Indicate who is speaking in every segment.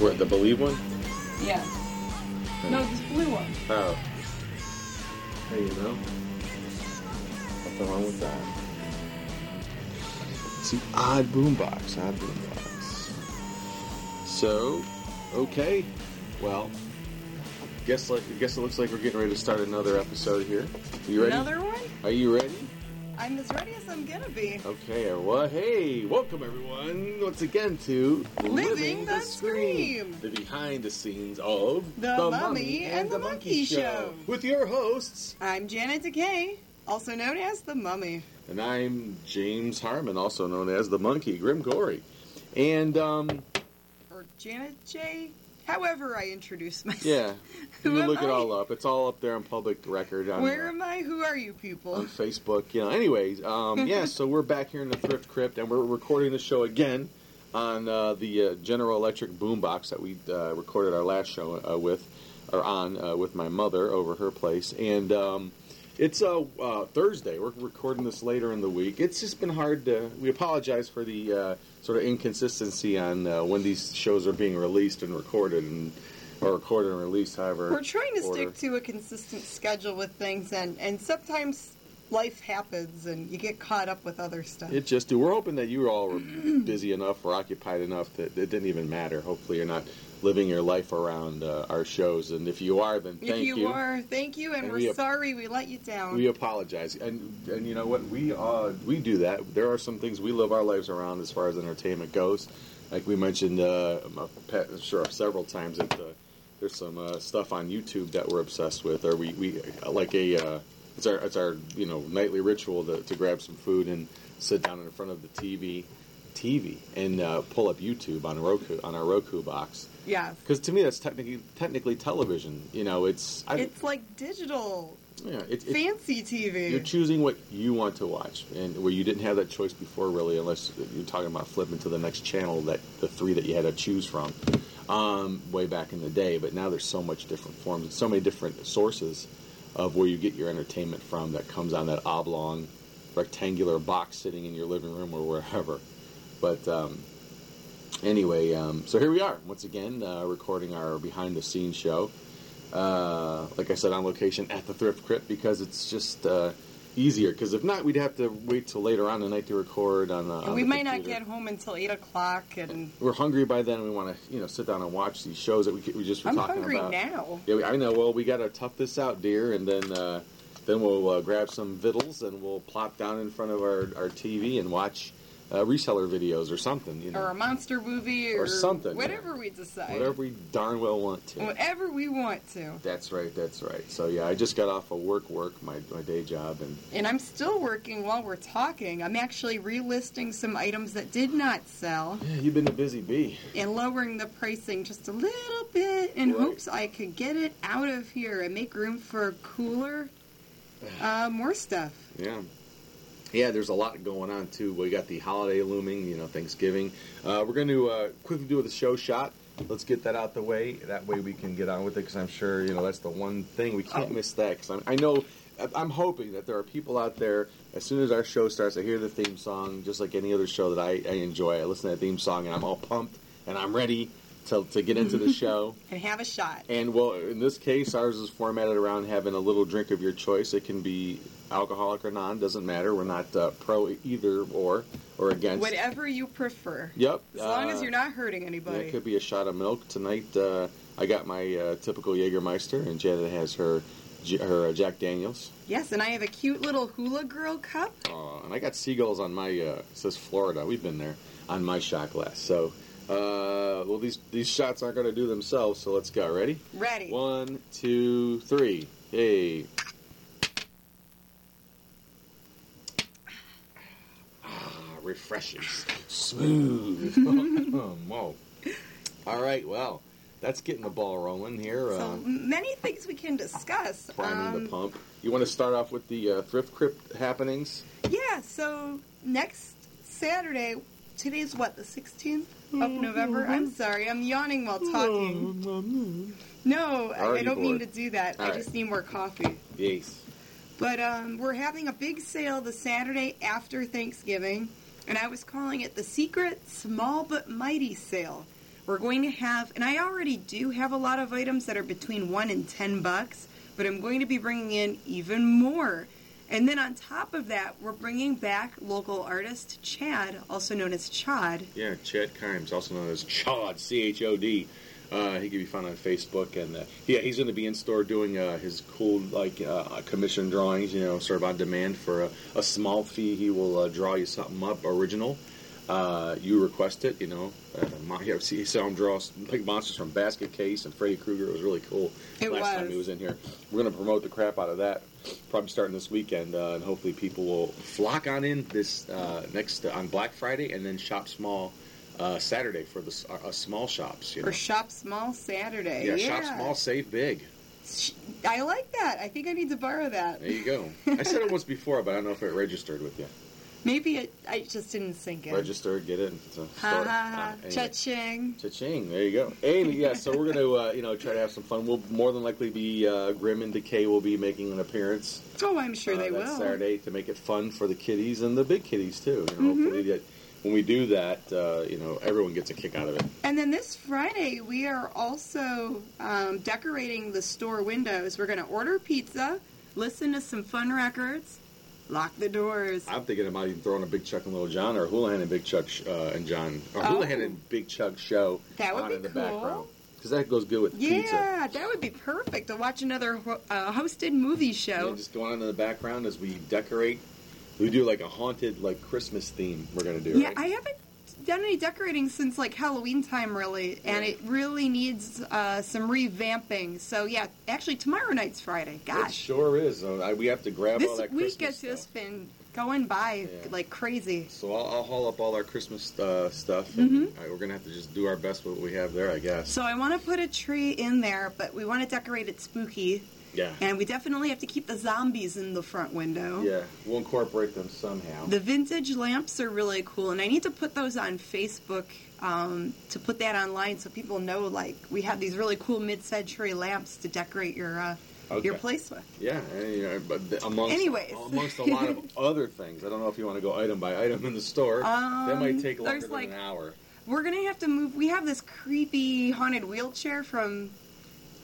Speaker 1: The Believe one?
Speaker 2: Yeah. No, this blue one.
Speaker 1: Oh,
Speaker 3: There you go.
Speaker 1: nothing wrong with that. It's an odd boombox, odd boombox. So, okay. Well, guess like guess it looks like we're getting ready to start another episode here. You ready?
Speaker 2: Another one?
Speaker 1: Are you ready?
Speaker 2: I'm as ready as I'm gonna be.
Speaker 1: Okay, or what? Hey, welcome everyone once again to
Speaker 2: Living the Scream.
Speaker 1: the behind the scenes of
Speaker 2: The Mummy and the Monkey Show.
Speaker 1: with your hosts,
Speaker 2: I'm Janet Decay, also known as the Mummy.
Speaker 1: and I'm James Harmon, also known as the Monkey Grim Gory, and um,
Speaker 2: Or Janet J. However I introduce myself.
Speaker 1: yeah, you
Speaker 2: Who
Speaker 1: can
Speaker 2: am
Speaker 1: look it
Speaker 2: I?
Speaker 1: all up. It's all up there on public record. On, uh,
Speaker 2: Where am I? Who are you
Speaker 1: on
Speaker 2: people?
Speaker 1: Facebook. You know, anyways,
Speaker 2: Mm-hmm.
Speaker 1: um, yeah. So we're back here in the thrift crypt, and we're recording the show again on uh, the uh, General Electric boombox that we uh, recorded our last show uh, with, or on uh, with my mother over her place, and. Um, it's uh, uh, Thursday. We're recording this later in the week. It's just been hard to. We apologize for the uh, sort of inconsistency on uh, when these shows are being released and recorded, and or recorded and released. However,
Speaker 2: We're trying to
Speaker 1: order.
Speaker 2: stick to a consistent schedule with things and, and sometimes life happens and you get caught up with other stuff.
Speaker 1: It just do. We're hoping that you all were busy enough or occupied enough that it didn't even matter. Hopefully, you're not living your life around uh, our shows, and if you are, then
Speaker 2: if
Speaker 1: thank you.
Speaker 2: you, are, thank you, and,
Speaker 1: And
Speaker 2: we're
Speaker 1: we ap-
Speaker 2: sorry we let you down.
Speaker 1: We apologize, and and you know what? We uh, we do that. There are some things we live our lives around as far as entertainment goes. Like we mentioned, uh, I'm a pet- I'm sure several times that uh, there's some uh, stuff on YouTube that we're obsessed with, or we, we like a uh, it's our it's our you know nightly ritual to, to grab some food and sit down in front of the TV TV and uh, pull up YouTube on Roku on our Roku box
Speaker 2: yes.
Speaker 1: because to me that's technically technically television. You know, it's I,
Speaker 2: It's like digital,
Speaker 1: yeah, it, it,
Speaker 2: fancy TV.
Speaker 1: you're choosing what you want to watch, and where you didn't have that choice before, really, unless you're talking about flipping to the next channel that the three that you had to choose from um, way back in the day. But now there's so much different forms, and so many different sources of where you get your entertainment from that comes on that oblong, rectangular box sitting in your living room or wherever. But um, anyway, um, so here we are once again uh, recording our behind the scenes show. Uh, like I said, on location at the Thrift Crypt because it's just uh, easier. Because if not, we'd have to wait till later on tonight to record on. Uh, on
Speaker 2: we
Speaker 1: the
Speaker 2: might not
Speaker 1: computer.
Speaker 2: get home until 8 o'clock, and
Speaker 1: We're hungry by then. and We want to, you know, sit down and watch these shows that we, we just were
Speaker 2: I'm
Speaker 1: talking
Speaker 2: hungry
Speaker 1: about.
Speaker 2: now.
Speaker 1: Yeah, we- I know. Well, we got to tough this out, dear, and then uh, then we'll uh, grab some victuals and we'll plop down in front of our, our TV and watch uh, reseller videos or something, you know,
Speaker 2: Or a monster movie, or,
Speaker 1: Or something, yeah.
Speaker 2: Whatever we decide.
Speaker 1: whatever we darn well want to.
Speaker 2: Whatever we want to.
Speaker 1: That's right. That's right. So yeah, I just got off of work, work my, my day job, and
Speaker 2: And I'm still working while we're talking. I'm actually relisting some items that did not sell
Speaker 1: yeah, you've been a busy bee.
Speaker 2: and lowering the pricing just a little bit in
Speaker 1: Right.
Speaker 2: hopes I could get it out of here and make room for cooler, uh, more stuff.
Speaker 1: Yeah. Yeah, there's a lot going on too. We got the holiday looming, you know, Thanksgiving. Uh, we're going to uh, quickly do the show shot. Let's get that out the way. That way we can get on with it because I'm sure, you know, that's the one thing we can't miss that. Because I know, I- I'm hoping that there are people out there, as soon as our show starts, I hear the theme song, just like any other show that I, I enjoy. I listen to that theme song and I'm all pumped and I'm ready to, to get into the show.
Speaker 2: And have a shot.
Speaker 1: And well, in this case, ours is formatted around having a little drink of your choice. It can be alcoholic or non, doesn't matter. We're not uh, pro either or or against.
Speaker 2: Whatever you prefer.
Speaker 1: Yep.
Speaker 2: As long
Speaker 1: uh,
Speaker 2: as you're not hurting
Speaker 1: yeah,
Speaker 2: anybody.
Speaker 1: it could be a shot of milk tonight. Uh, I got my uh, typical Jägermeister, and Janet has her J- her uh, Jack Daniels.
Speaker 2: Yes, and I have a cute little hula girl cup.
Speaker 1: Uh, and I got seagulls on my uh, it says Florida. We've been there on my shot glass. So, uh, well, these these shots aren't going to do themselves. So let's go. Ready?
Speaker 2: Ready.
Speaker 1: One, two, three. Hey. Ah, refreshing. Smooth. Whoa. All right, well, that's getting the ball rolling here.
Speaker 2: So
Speaker 1: Uh,
Speaker 2: many things we can discuss.
Speaker 1: priming
Speaker 2: Um,
Speaker 1: the pump. You want to start off with the uh, thrift crypt happenings?
Speaker 2: Yeah, so next Saturday, today's what, the 16th of November? I'm sorry, I'm yawning while talking. No, I, I
Speaker 1: Already
Speaker 2: don't mean
Speaker 1: bored.
Speaker 2: to do that. I
Speaker 1: All
Speaker 2: just
Speaker 1: right.
Speaker 2: need more coffee.
Speaker 1: Yes.
Speaker 2: But um, we're having a big sale the Saturday after Thanksgiving, and I was calling it the Secret Small But Mighty Sale. We're going to have, and I already do have a lot of items that are between one and ten bucks, but I'm going to be bringing in even more. And then on top of that, we're bringing back local artist Chad, also known as Chad.
Speaker 1: Yeah, Chad Kimes, also known as Chod, C H O D. Uh, he can be found on Facebook, and uh, yeah, he's going to be in store doing uh, his cool like uh, commission drawings. You know, sort of on demand for a, a small fee. He will uh, draw you something up original. Uh, you request it. You know, uh, my, yeah, see, saw him draw s- like monsters from Basket Case and Freddy Krueger. It was really cool.
Speaker 2: It
Speaker 1: last time
Speaker 2: was.
Speaker 1: he was in here, we're going to promote the crap out of that. Probably starting this weekend, uh, and hopefully people will flock on in this uh, next on Black Friday, and then shop small. Uh, Saturday for the s- uh, small shops, you know.
Speaker 2: Or Shop Small Saturday.
Speaker 1: Yeah, shop small, save big.
Speaker 2: Sh- I like that. I think I need to borrow that.
Speaker 1: There you go. I said it once before, but I don't know if it registered with you.
Speaker 2: Maybe it, I just didn't sink in.
Speaker 1: Registered, get it. It's a
Speaker 2: Ha
Speaker 1: start.
Speaker 2: ha ha.
Speaker 1: Uh, anyway.
Speaker 2: Cha-ching.
Speaker 1: Cha-ching! There you go. And yeah, so we're gonna uh, you know try to have some fun. We'll more than likely be uh, Grim and Decay will be making an appearance.
Speaker 2: Oh, I'm sure
Speaker 1: uh,
Speaker 2: they
Speaker 1: that
Speaker 2: will.
Speaker 1: Saturday to make it fun for the kiddies and the big kiddies too. You know,
Speaker 2: Mm-hmm.
Speaker 1: hopefully that when we do that, uh, you know, everyone gets a kick out of it.
Speaker 2: And then this Friday, we are also um, decorating the store windows. We're going to order pizza, listen to some fun records, lock the doors.
Speaker 1: I'm thinking about even throwing a Big Chuck and Little John or Houlihan and Big Chuck sh- uh, and John or
Speaker 2: Oh.
Speaker 1: Houlihan and Big Chuck show.
Speaker 2: That would
Speaker 1: on
Speaker 2: be
Speaker 1: in the
Speaker 2: cool.
Speaker 1: background because that goes good with pizza.
Speaker 2: Yeah, that would be perfect to watch another ho- uh, hosted movie
Speaker 1: Yeah,
Speaker 2: show.
Speaker 1: just going on in the background as we decorate. We do like a haunted like Christmas theme. We're gonna do.
Speaker 2: Yeah,
Speaker 1: right?
Speaker 2: I haven't done any decorating since like Halloween time, really, and
Speaker 1: Yeah.
Speaker 2: it really needs uh, some revamping. So yeah, actually tomorrow night's Friday.
Speaker 1: It
Speaker 2: Gosh,
Speaker 1: sure is. Uh, I, we have to grab all
Speaker 2: this
Speaker 1: that
Speaker 2: week
Speaker 1: Christmas
Speaker 2: has just
Speaker 1: stuff.
Speaker 2: been going by
Speaker 1: Yeah.
Speaker 2: like crazy.
Speaker 1: So I'll, I'll haul up all our Christmas uh, stuff, and uh, we're gonna have to just do our best with what we have there, I guess.
Speaker 2: Mm-hmm. So I want to put a tree in there, but we want to decorate it spooky,
Speaker 1: yeah,
Speaker 2: and we definitely have to keep the zombies in the front window.
Speaker 1: yeah, we'll incorporate them somehow.
Speaker 2: The vintage lamps are really cool, and I need to put those on Facebook um, to put that online so people know. Like we have these really cool mid-century lamps to decorate your uh, your
Speaker 1: Okay.
Speaker 2: place with.
Speaker 1: yeah, and, you know, but the- amongst
Speaker 2: Anyways.
Speaker 1: amongst a lot of other things, I don't know if you want to go item by item in the store. that might
Speaker 2: Um,
Speaker 1: take longer
Speaker 2: there's,
Speaker 1: than
Speaker 2: like-
Speaker 1: an hour.
Speaker 2: We're gonna have to move. We have this creepy haunted wheelchair from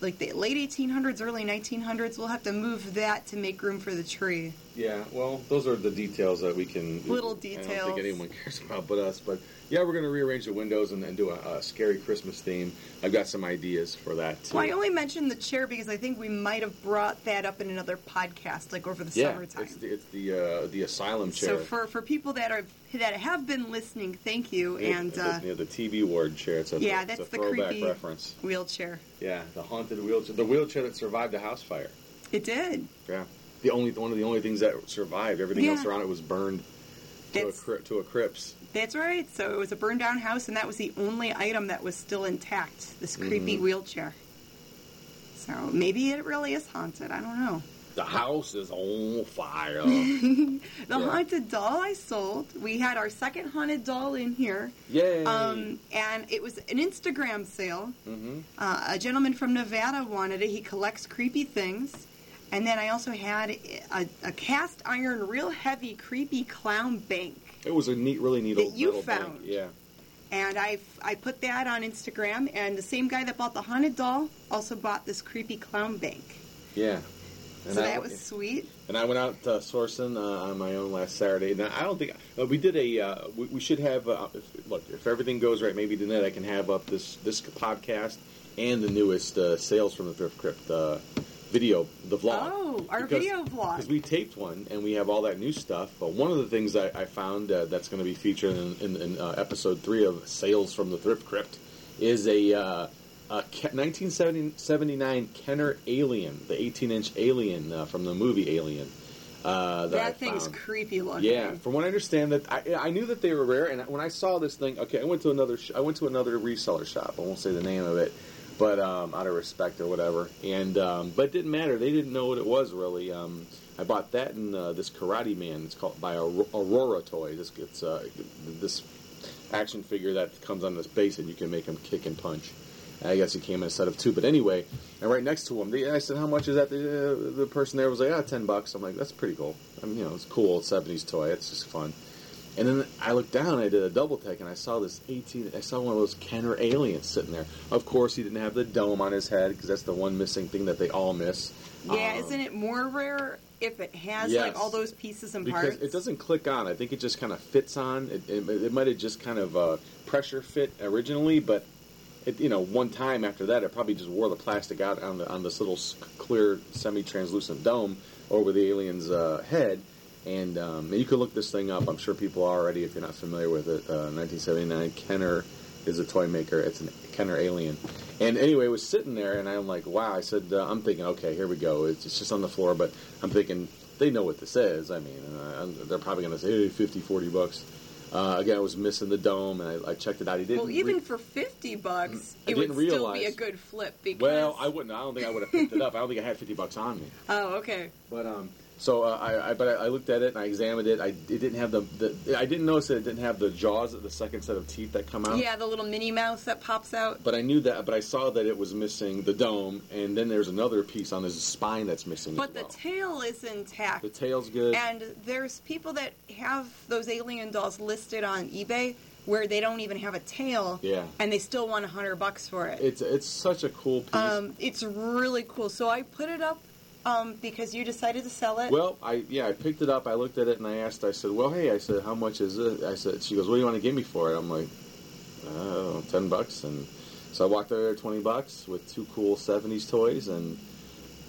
Speaker 2: like the late 1800s, early 1900s. We'll have to move that to make room for the tree.
Speaker 1: Yeah, well, those are the details that we can.
Speaker 2: Little
Speaker 1: I don't
Speaker 2: details.
Speaker 1: think anyone cares about but us. But yeah, we're going to rearrange the windows and, and do a, a scary Christmas theme. I've got some ideas for that too.
Speaker 2: Well, I only mentioned the chair because I think we might have brought that up in another podcast, like over the
Speaker 1: yeah,
Speaker 2: summertime.
Speaker 1: it's the it's the, uh, the asylum chair.
Speaker 2: So for, for people that are that have been listening, thank you.
Speaker 1: It-
Speaker 2: And
Speaker 1: it
Speaker 2: uh,
Speaker 1: does- yeah, the TV ward chair. It's a,
Speaker 2: yeah,
Speaker 1: it's a
Speaker 2: that's the
Speaker 1: throwback
Speaker 2: creepy-
Speaker 1: reference.
Speaker 2: wheelchair,
Speaker 1: Yeah, the haunted wheelchair, the wheelchair that survived the house fire.
Speaker 2: it did.
Speaker 1: Yeah, the only one of the only things that survived. Everything
Speaker 2: Yeah.
Speaker 1: else around it was burned to a,
Speaker 2: That's
Speaker 1: crypt, to a crypts.
Speaker 2: that's right. So it was a burned down house, and that was the only item that was still intact. This creepy
Speaker 1: Mm-hmm.
Speaker 2: wheelchair. So maybe it really is haunted. I don't know.
Speaker 1: The house is on fire.
Speaker 2: The
Speaker 1: Yeah.
Speaker 2: haunted doll I sold. We had our second haunted doll in here.
Speaker 1: Yay!
Speaker 2: Um, and it was an Instagram sale. Mm-hmm. Uh, a gentleman from Nevada wanted it. He collects creepy things. And then I also had a, a cast iron, real heavy, creepy clown bank.
Speaker 1: It was a neat, really neat
Speaker 2: That
Speaker 1: old
Speaker 2: you
Speaker 1: metal bank.
Speaker 2: found.
Speaker 1: Yeah,
Speaker 2: And I, I put that on Instagram. And the same guy that bought the haunted doll also bought this creepy clown bank.
Speaker 1: yeah. And
Speaker 2: so
Speaker 1: I,
Speaker 2: that was sweet.
Speaker 1: and I went out uh, sourcing uh, on my own last Saturday. Now I don't think uh, we did a. Uh, we, we should have uh, if, look if everything goes right. Maybe tonight I can have up this this podcast and the newest uh, sales from the thrift crypt uh, video, the vlog.
Speaker 2: Oh, our video vlog.
Speaker 1: because we taped one and we have all that new stuff. But one of the things I, I found uh, that's going to be featured in, in, in uh, episode three of Sales from the Thrift Crypt is a, uh, a Ke- 1979 Kenner Alien, the 18 inch Alien uh, from the movie Alien. Uh, that I
Speaker 2: That thing's
Speaker 1: found.
Speaker 2: creepy looking.
Speaker 1: Yeah, from what I understand, that I, I knew that they were rare, and when I saw this thing, okay, I went to another, sh- I went to another reseller shop. I won't say the name of it, but um, out of respect or whatever. And um, but it didn't matter. They didn't know what it was really. Um, I bought that and uh, this Karate Man. It's called by Aur- Aurora Toys. It's, it's uh, this action figure that comes on this base, and you can make him kick and punch. I guess it came in a set of two, but anyway, and right next to him, they, I said, "How much is that?" The, uh, the person there was like, "Ah, ten bucks." I'm like, "That's pretty cool." I mean, you know, it's a cool old '70s toy. It's just fun. And then I looked down, and I did a double take, and I saw this 18. I saw one of those Kenner aliens sitting there. Of course, he didn't have the dome on his head because that's the one missing thing that they all miss.
Speaker 2: Yeah,
Speaker 1: Um,
Speaker 2: isn't it more rare if it has
Speaker 1: yes.
Speaker 2: like all those pieces and
Speaker 1: because
Speaker 2: parts?
Speaker 1: it doesn't click on. I think it just kind of fits on. It, it, it might have just kind of uh, pressure fit originally, but it, you know, one time after that, it probably just wore the plastic out on the on this little s- clear, semi-translucent dome over the alien's uh, head. And um, you can look this thing up. I'm sure people are already if you're not familiar with it. Uh, 1979 Kenner is a toy maker. It's an Kenner alien. And anyway, it was sitting there, and I'm like, wow. I said, uh, I'm thinking, okay, here we go. It's, it's just on the floor, but I'm thinking they know what this is. I mean, uh, they're probably going to say hey, 50, 40 bucks. Uh, again, I was missing the dome, and I, I checked it out. He didn't.
Speaker 2: well, even
Speaker 1: re-
Speaker 2: for fifty bucks,
Speaker 1: Mm, I
Speaker 2: it would
Speaker 1: didn't
Speaker 2: still be a
Speaker 1: realize-
Speaker 2: good flip because.
Speaker 1: well, I wouldn't. I don't think I would have picked it up. I don't think I had fifty bucks on me.
Speaker 2: Oh, okay.
Speaker 1: But um, so uh, I, I but I, I looked at it and I examined it. I it didn't have the, the I didn't notice that it didn't have the jaws of the second set of teeth that come out.
Speaker 2: Yeah, the little Minnie Mouse that pops out.
Speaker 1: But I knew that. But I saw that it was missing the dome, and then there's another piece on his spine that's missing.
Speaker 2: But
Speaker 1: as
Speaker 2: the
Speaker 1: well.
Speaker 2: tail is intact.
Speaker 1: the tail's good.
Speaker 2: And there's people that have those alien dolls listed on eBay where they don't even have a tail.
Speaker 1: Yeah.
Speaker 2: And they still want a hundred bucks for it.
Speaker 1: it's it's such a cool piece.
Speaker 2: um, it's really cool. So I put it up um, because you decided to sell it.
Speaker 1: Well, I yeah, I picked it up. I looked at it and I asked. I said, "Well, hey," I said, "How much is it?" I said, "She goes, what do you want to give me for it?" I'm like, "Oh, ten bucks." And so I walked over there, twenty bucks, with two cool '70s toys, and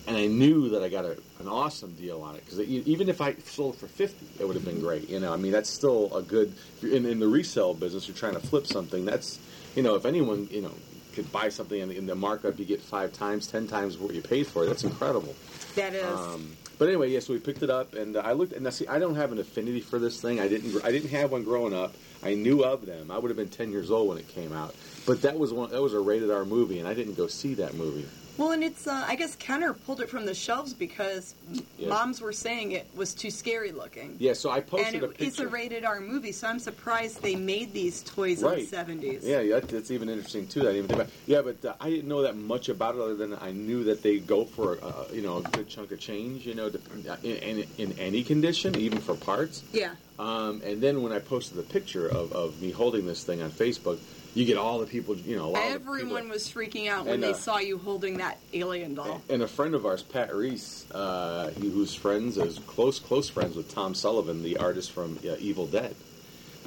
Speaker 1: and I knew that I got a, an awesome deal on it because even if I sold for fifty, it would have been great. You know, I mean, that's still a good. if you're In, in the resale business, you're trying to flip something. That's you know, if anyone you know could buy something and in the markup you get five times, ten times what you paid for it, that's incredible.
Speaker 2: that is.
Speaker 1: Um, but anyway, yeah, so we picked it up, and uh, I looked, and I see, I don't have an affinity for this thing. I didn't, I didn't have one growing up. I knew of them. I would have been ten years old when it came out, but that was one, that was a rated R movie, and I didn't go see that movie.
Speaker 2: well, and it's, uh, I guess Kenner pulled it from the shelves because
Speaker 1: Yeah.
Speaker 2: moms were saying it was too scary looking.
Speaker 1: Yeah, so I
Speaker 2: And
Speaker 1: posted
Speaker 2: it
Speaker 1: a
Speaker 2: is
Speaker 1: picture.
Speaker 2: a rated R movie, so I'm surprised they made these toys
Speaker 1: Right.
Speaker 2: in the 70s.
Speaker 1: Yeah, yeah, that, that's even interesting too. I didn't even think about. Yeah, but uh, I didn't know that much about it other than I knew that they go for uh, you know a good chunk of change, you know, dep- in, in, in any condition, even for parts.
Speaker 2: Yeah.
Speaker 1: Um, and then when I posted the picture of, of me holding this thing on Facebook, you get all the people, you know, a lot
Speaker 2: Everyone
Speaker 1: of the people.
Speaker 2: was freaking out when
Speaker 1: And,
Speaker 2: they
Speaker 1: uh,
Speaker 2: saw you holding that alien doll.
Speaker 1: And a friend of ours, Pat Reese, uh, he- who's friends, is close, close friends with Tom Sullivan, the artist from uh, Evil Dead.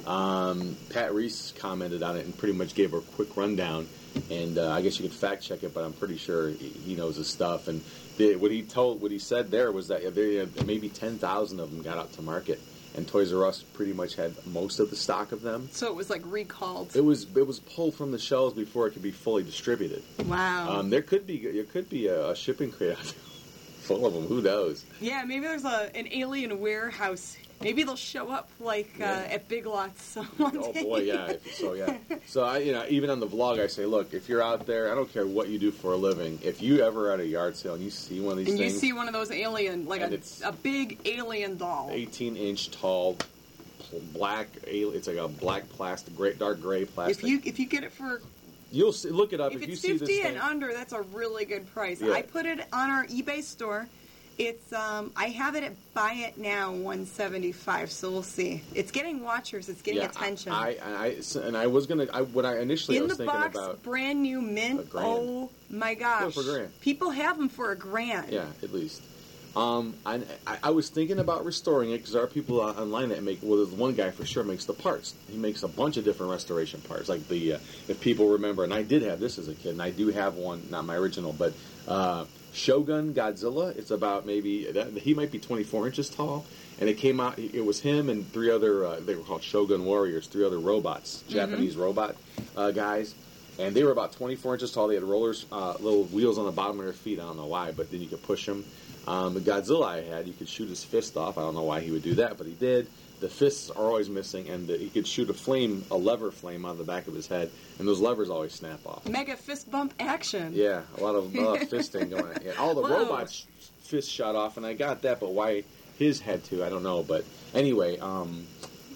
Speaker 1: Um, Pat Reese commented on it and pretty much gave a quick rundown. And uh, I guess you could fact check it, but I'm pretty sure he, he knows his stuff. And the, what he told, what he said there was that uh, there, uh, maybe 10,000 of them got out to market, and Toys R Us pretty much had most of the stock of them.
Speaker 2: So it was like recalled.
Speaker 1: It was it was pulled from the shelves before it could be fully distributed.
Speaker 2: wow.
Speaker 1: Um, there could be there could be a, a shipping crate out there full of them. Who knows?
Speaker 2: yeah, maybe there's a, an alien warehouse. Maybe they'll show up like
Speaker 1: Yeah.
Speaker 2: uh, at Big Lots one
Speaker 1: Oh
Speaker 2: day.
Speaker 1: boy, yeah. If- So yeah. So I, you know, even on the vlog, I say, look, if you're out there, I don't care what you do for a living. If you ever at a yard sale and you see one of these
Speaker 2: And you
Speaker 1: things,
Speaker 2: see one of those alien, like
Speaker 1: And
Speaker 2: a,
Speaker 1: it's-
Speaker 2: a big alien doll.
Speaker 1: 18 inch tall, pl- black, al- it's like a black plastic, gray, dark gray plastic.
Speaker 2: If you if you get it for
Speaker 1: will see, look it up
Speaker 2: if
Speaker 1: if, you
Speaker 2: it's
Speaker 1: see this
Speaker 2: fifty
Speaker 1: thing.
Speaker 2: and under, that's a really good price.
Speaker 1: Yeah.
Speaker 2: I put it on our eBay store. It's um I have it at buy it now one seventy five. So we'll see. It's getting watchers. It's getting
Speaker 1: yeah,
Speaker 2: attention.
Speaker 1: I, I, I- and I was gonna. I, when I initially I
Speaker 2: in
Speaker 1: was
Speaker 2: the
Speaker 1: thinking
Speaker 2: box,
Speaker 1: about
Speaker 2: brand new
Speaker 1: A
Speaker 2: mint.
Speaker 1: grand.
Speaker 2: Oh my gosh!
Speaker 1: for a grand.
Speaker 2: People have them for a grand.
Speaker 1: Yeah, at least. Um, I, I, I was thinking about restoring it because there are people on- online that make. Well, there's one guy for sure makes the parts. He makes a bunch of different restoration parts, like the uh, if people remember. And I did have this as a kid, and I do have one, not my original, but uh, Shogun Godzilla. It's about maybe that, he might be 24 inches tall, and it came out. It was him and three other. Uh, they were called Shogun Warriors. Three other robots, Japanese robot uh, guys and they were about 24 inches tall. They had rollers, uh, little wheels on the bottom of their feet. I don't know why, but then you could push them. Um, the Godzilla I had, you could shoot his fist off. I don't know why he would do that, but he did. The fists are always missing, and the, he could shoot a flame, a lever flame, out of the back of his head, and those levers always snap off.
Speaker 2: Mega fist bump action.
Speaker 1: Yeah, a lot of, a lot of fisting going. on. Yeah, all the
Speaker 2: Whoa.
Speaker 1: robots' fists shot off, and I got that, but why his had to, I don't know. But anyway, um,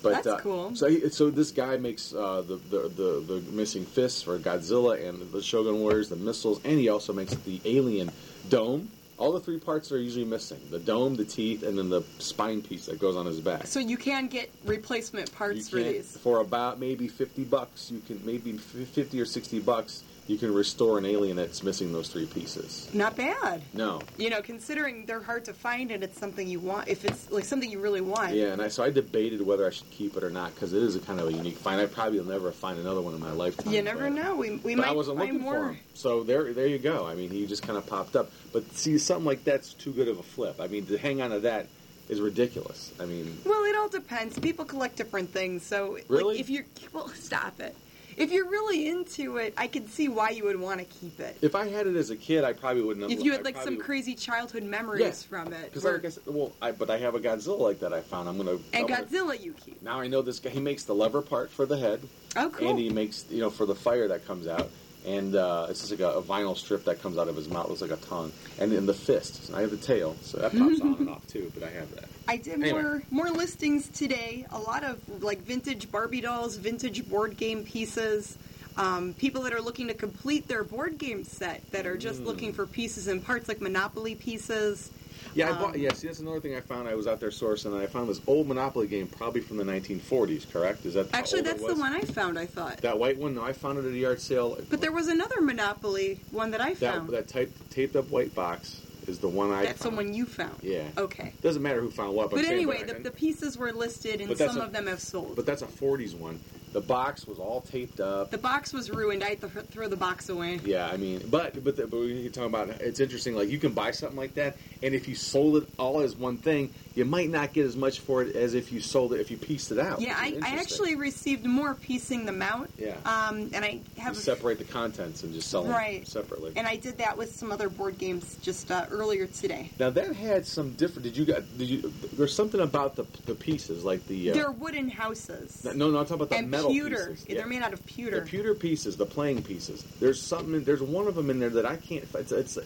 Speaker 1: but
Speaker 2: That's
Speaker 1: uh,
Speaker 2: cool.
Speaker 1: So he, so this guy makes uh, the, the the the missing fists for Godzilla and the Shogun Warriors, the missiles, and he also makes the alien dome. All the three parts are usually missing: the dome, the teeth, and then the spine piece that goes on his back.
Speaker 2: So you can get replacement
Speaker 1: You
Speaker 2: parts for
Speaker 1: can't-
Speaker 2: these.
Speaker 1: for about maybe fifty bucks. You can maybe f- fifty or sixty bucks. You can restore an alien that's missing those three pieces.
Speaker 2: Not bad.
Speaker 1: No,
Speaker 2: You know, considering they're hard to find and it's something you want, if it's like something you really want.
Speaker 1: yeah, and I, so I debated whether I should keep it or not because it is a kind of a unique find. I probably will never find another one in my lifetime.
Speaker 2: You never
Speaker 1: but-
Speaker 2: know. We, we
Speaker 1: but
Speaker 2: might
Speaker 1: I wasn't
Speaker 2: find
Speaker 1: looking
Speaker 2: more.
Speaker 1: for him. So there, there you go. I mean, he just kind of popped up. But see, something like that's too good of a flip. I mean, to hang on to that is ridiculous. I mean,
Speaker 2: Well, it all depends. People collect different things, so like,
Speaker 1: Really?
Speaker 2: if you're well, stop it. If you're really into it, I could see why you would want to keep it.
Speaker 1: if I had it as a kid, I probably wouldn't. have-
Speaker 2: If you had
Speaker 1: I
Speaker 2: like some
Speaker 1: probably-
Speaker 2: crazy childhood memories
Speaker 1: Yeah,
Speaker 2: from it,
Speaker 1: Because
Speaker 2: where-
Speaker 1: like I said, well, I, but I have a Godzilla like that I found. I'm gonna
Speaker 2: and
Speaker 1: I'm gonna-
Speaker 2: Godzilla you keep.
Speaker 1: Now I know this guy. He makes the lever part for the head,
Speaker 2: Oh, cool.
Speaker 1: and he makes you know for the fire that comes out, and uh, it's just like a, a vinyl strip that comes out of his mouth, looks like a tongue, and then the fist. And I have the tail, so that pops on and off too. But I have that.
Speaker 2: I did
Speaker 1: Anyway.
Speaker 2: more more listings today. A lot of like vintage Barbie dolls, vintage board game pieces. Um, people that are looking to complete their board game set that are
Speaker 1: Mm.
Speaker 2: just looking for pieces and parts like Monopoly pieces.
Speaker 1: Yeah, I
Speaker 2: Um,
Speaker 1: bought. Yeah, see, that's another thing I found. I was out there sourcing, and I found this old Monopoly game, probably from the 1940s. Correct? Is that how
Speaker 2: Actually,
Speaker 1: old it
Speaker 2: that's the
Speaker 1: was?
Speaker 2: one I found. I thought,
Speaker 1: That white one? No, I found it at a yard sale.
Speaker 2: but there was another Monopoly one that I
Speaker 1: that
Speaker 2: found.
Speaker 1: that typed, taped up white box is the one I.
Speaker 2: that's the
Speaker 1: found.
Speaker 2: one you found.
Speaker 1: Yeah.
Speaker 2: Okay.
Speaker 1: Doesn't matter who found what, but,
Speaker 2: But
Speaker 1: I'm saying,
Speaker 2: anyway,
Speaker 1: I-
Speaker 2: the, the pieces were listed, and
Speaker 1: But that's
Speaker 2: some
Speaker 1: a-
Speaker 2: of them have sold.
Speaker 1: But that's a 40s one. The box was all taped up.
Speaker 2: the box was ruined. I had to th- throw the box away.
Speaker 1: yeah, I mean, but but, the, but you're talking about it's interesting. Like you can buy something like that, and if you sold it all as one thing, you might not get as much for it as if you sold it if you pieced it out.
Speaker 2: Yeah,
Speaker 1: which is
Speaker 2: I, I
Speaker 1: interesting.
Speaker 2: actually received more piecing them out.
Speaker 1: Yeah.
Speaker 2: Um, and I
Speaker 1: You
Speaker 2: have
Speaker 1: separate the contents and just sell them
Speaker 2: Right.
Speaker 1: separately.
Speaker 2: and I did that with some other board games just uh, earlier today.
Speaker 1: now that had some different. Did you got? Did you? There's something about the the pieces like the. Uh,
Speaker 2: They're wooden houses
Speaker 1: no, no, I'm talking about the
Speaker 2: and
Speaker 1: metal
Speaker 2: pewter.
Speaker 1: pieces.
Speaker 2: They're
Speaker 1: Yeah.
Speaker 2: made out of pewter.
Speaker 1: The pewter pieces, the playing pieces. There's something. in- There's one of them in there that I can't. It's, it's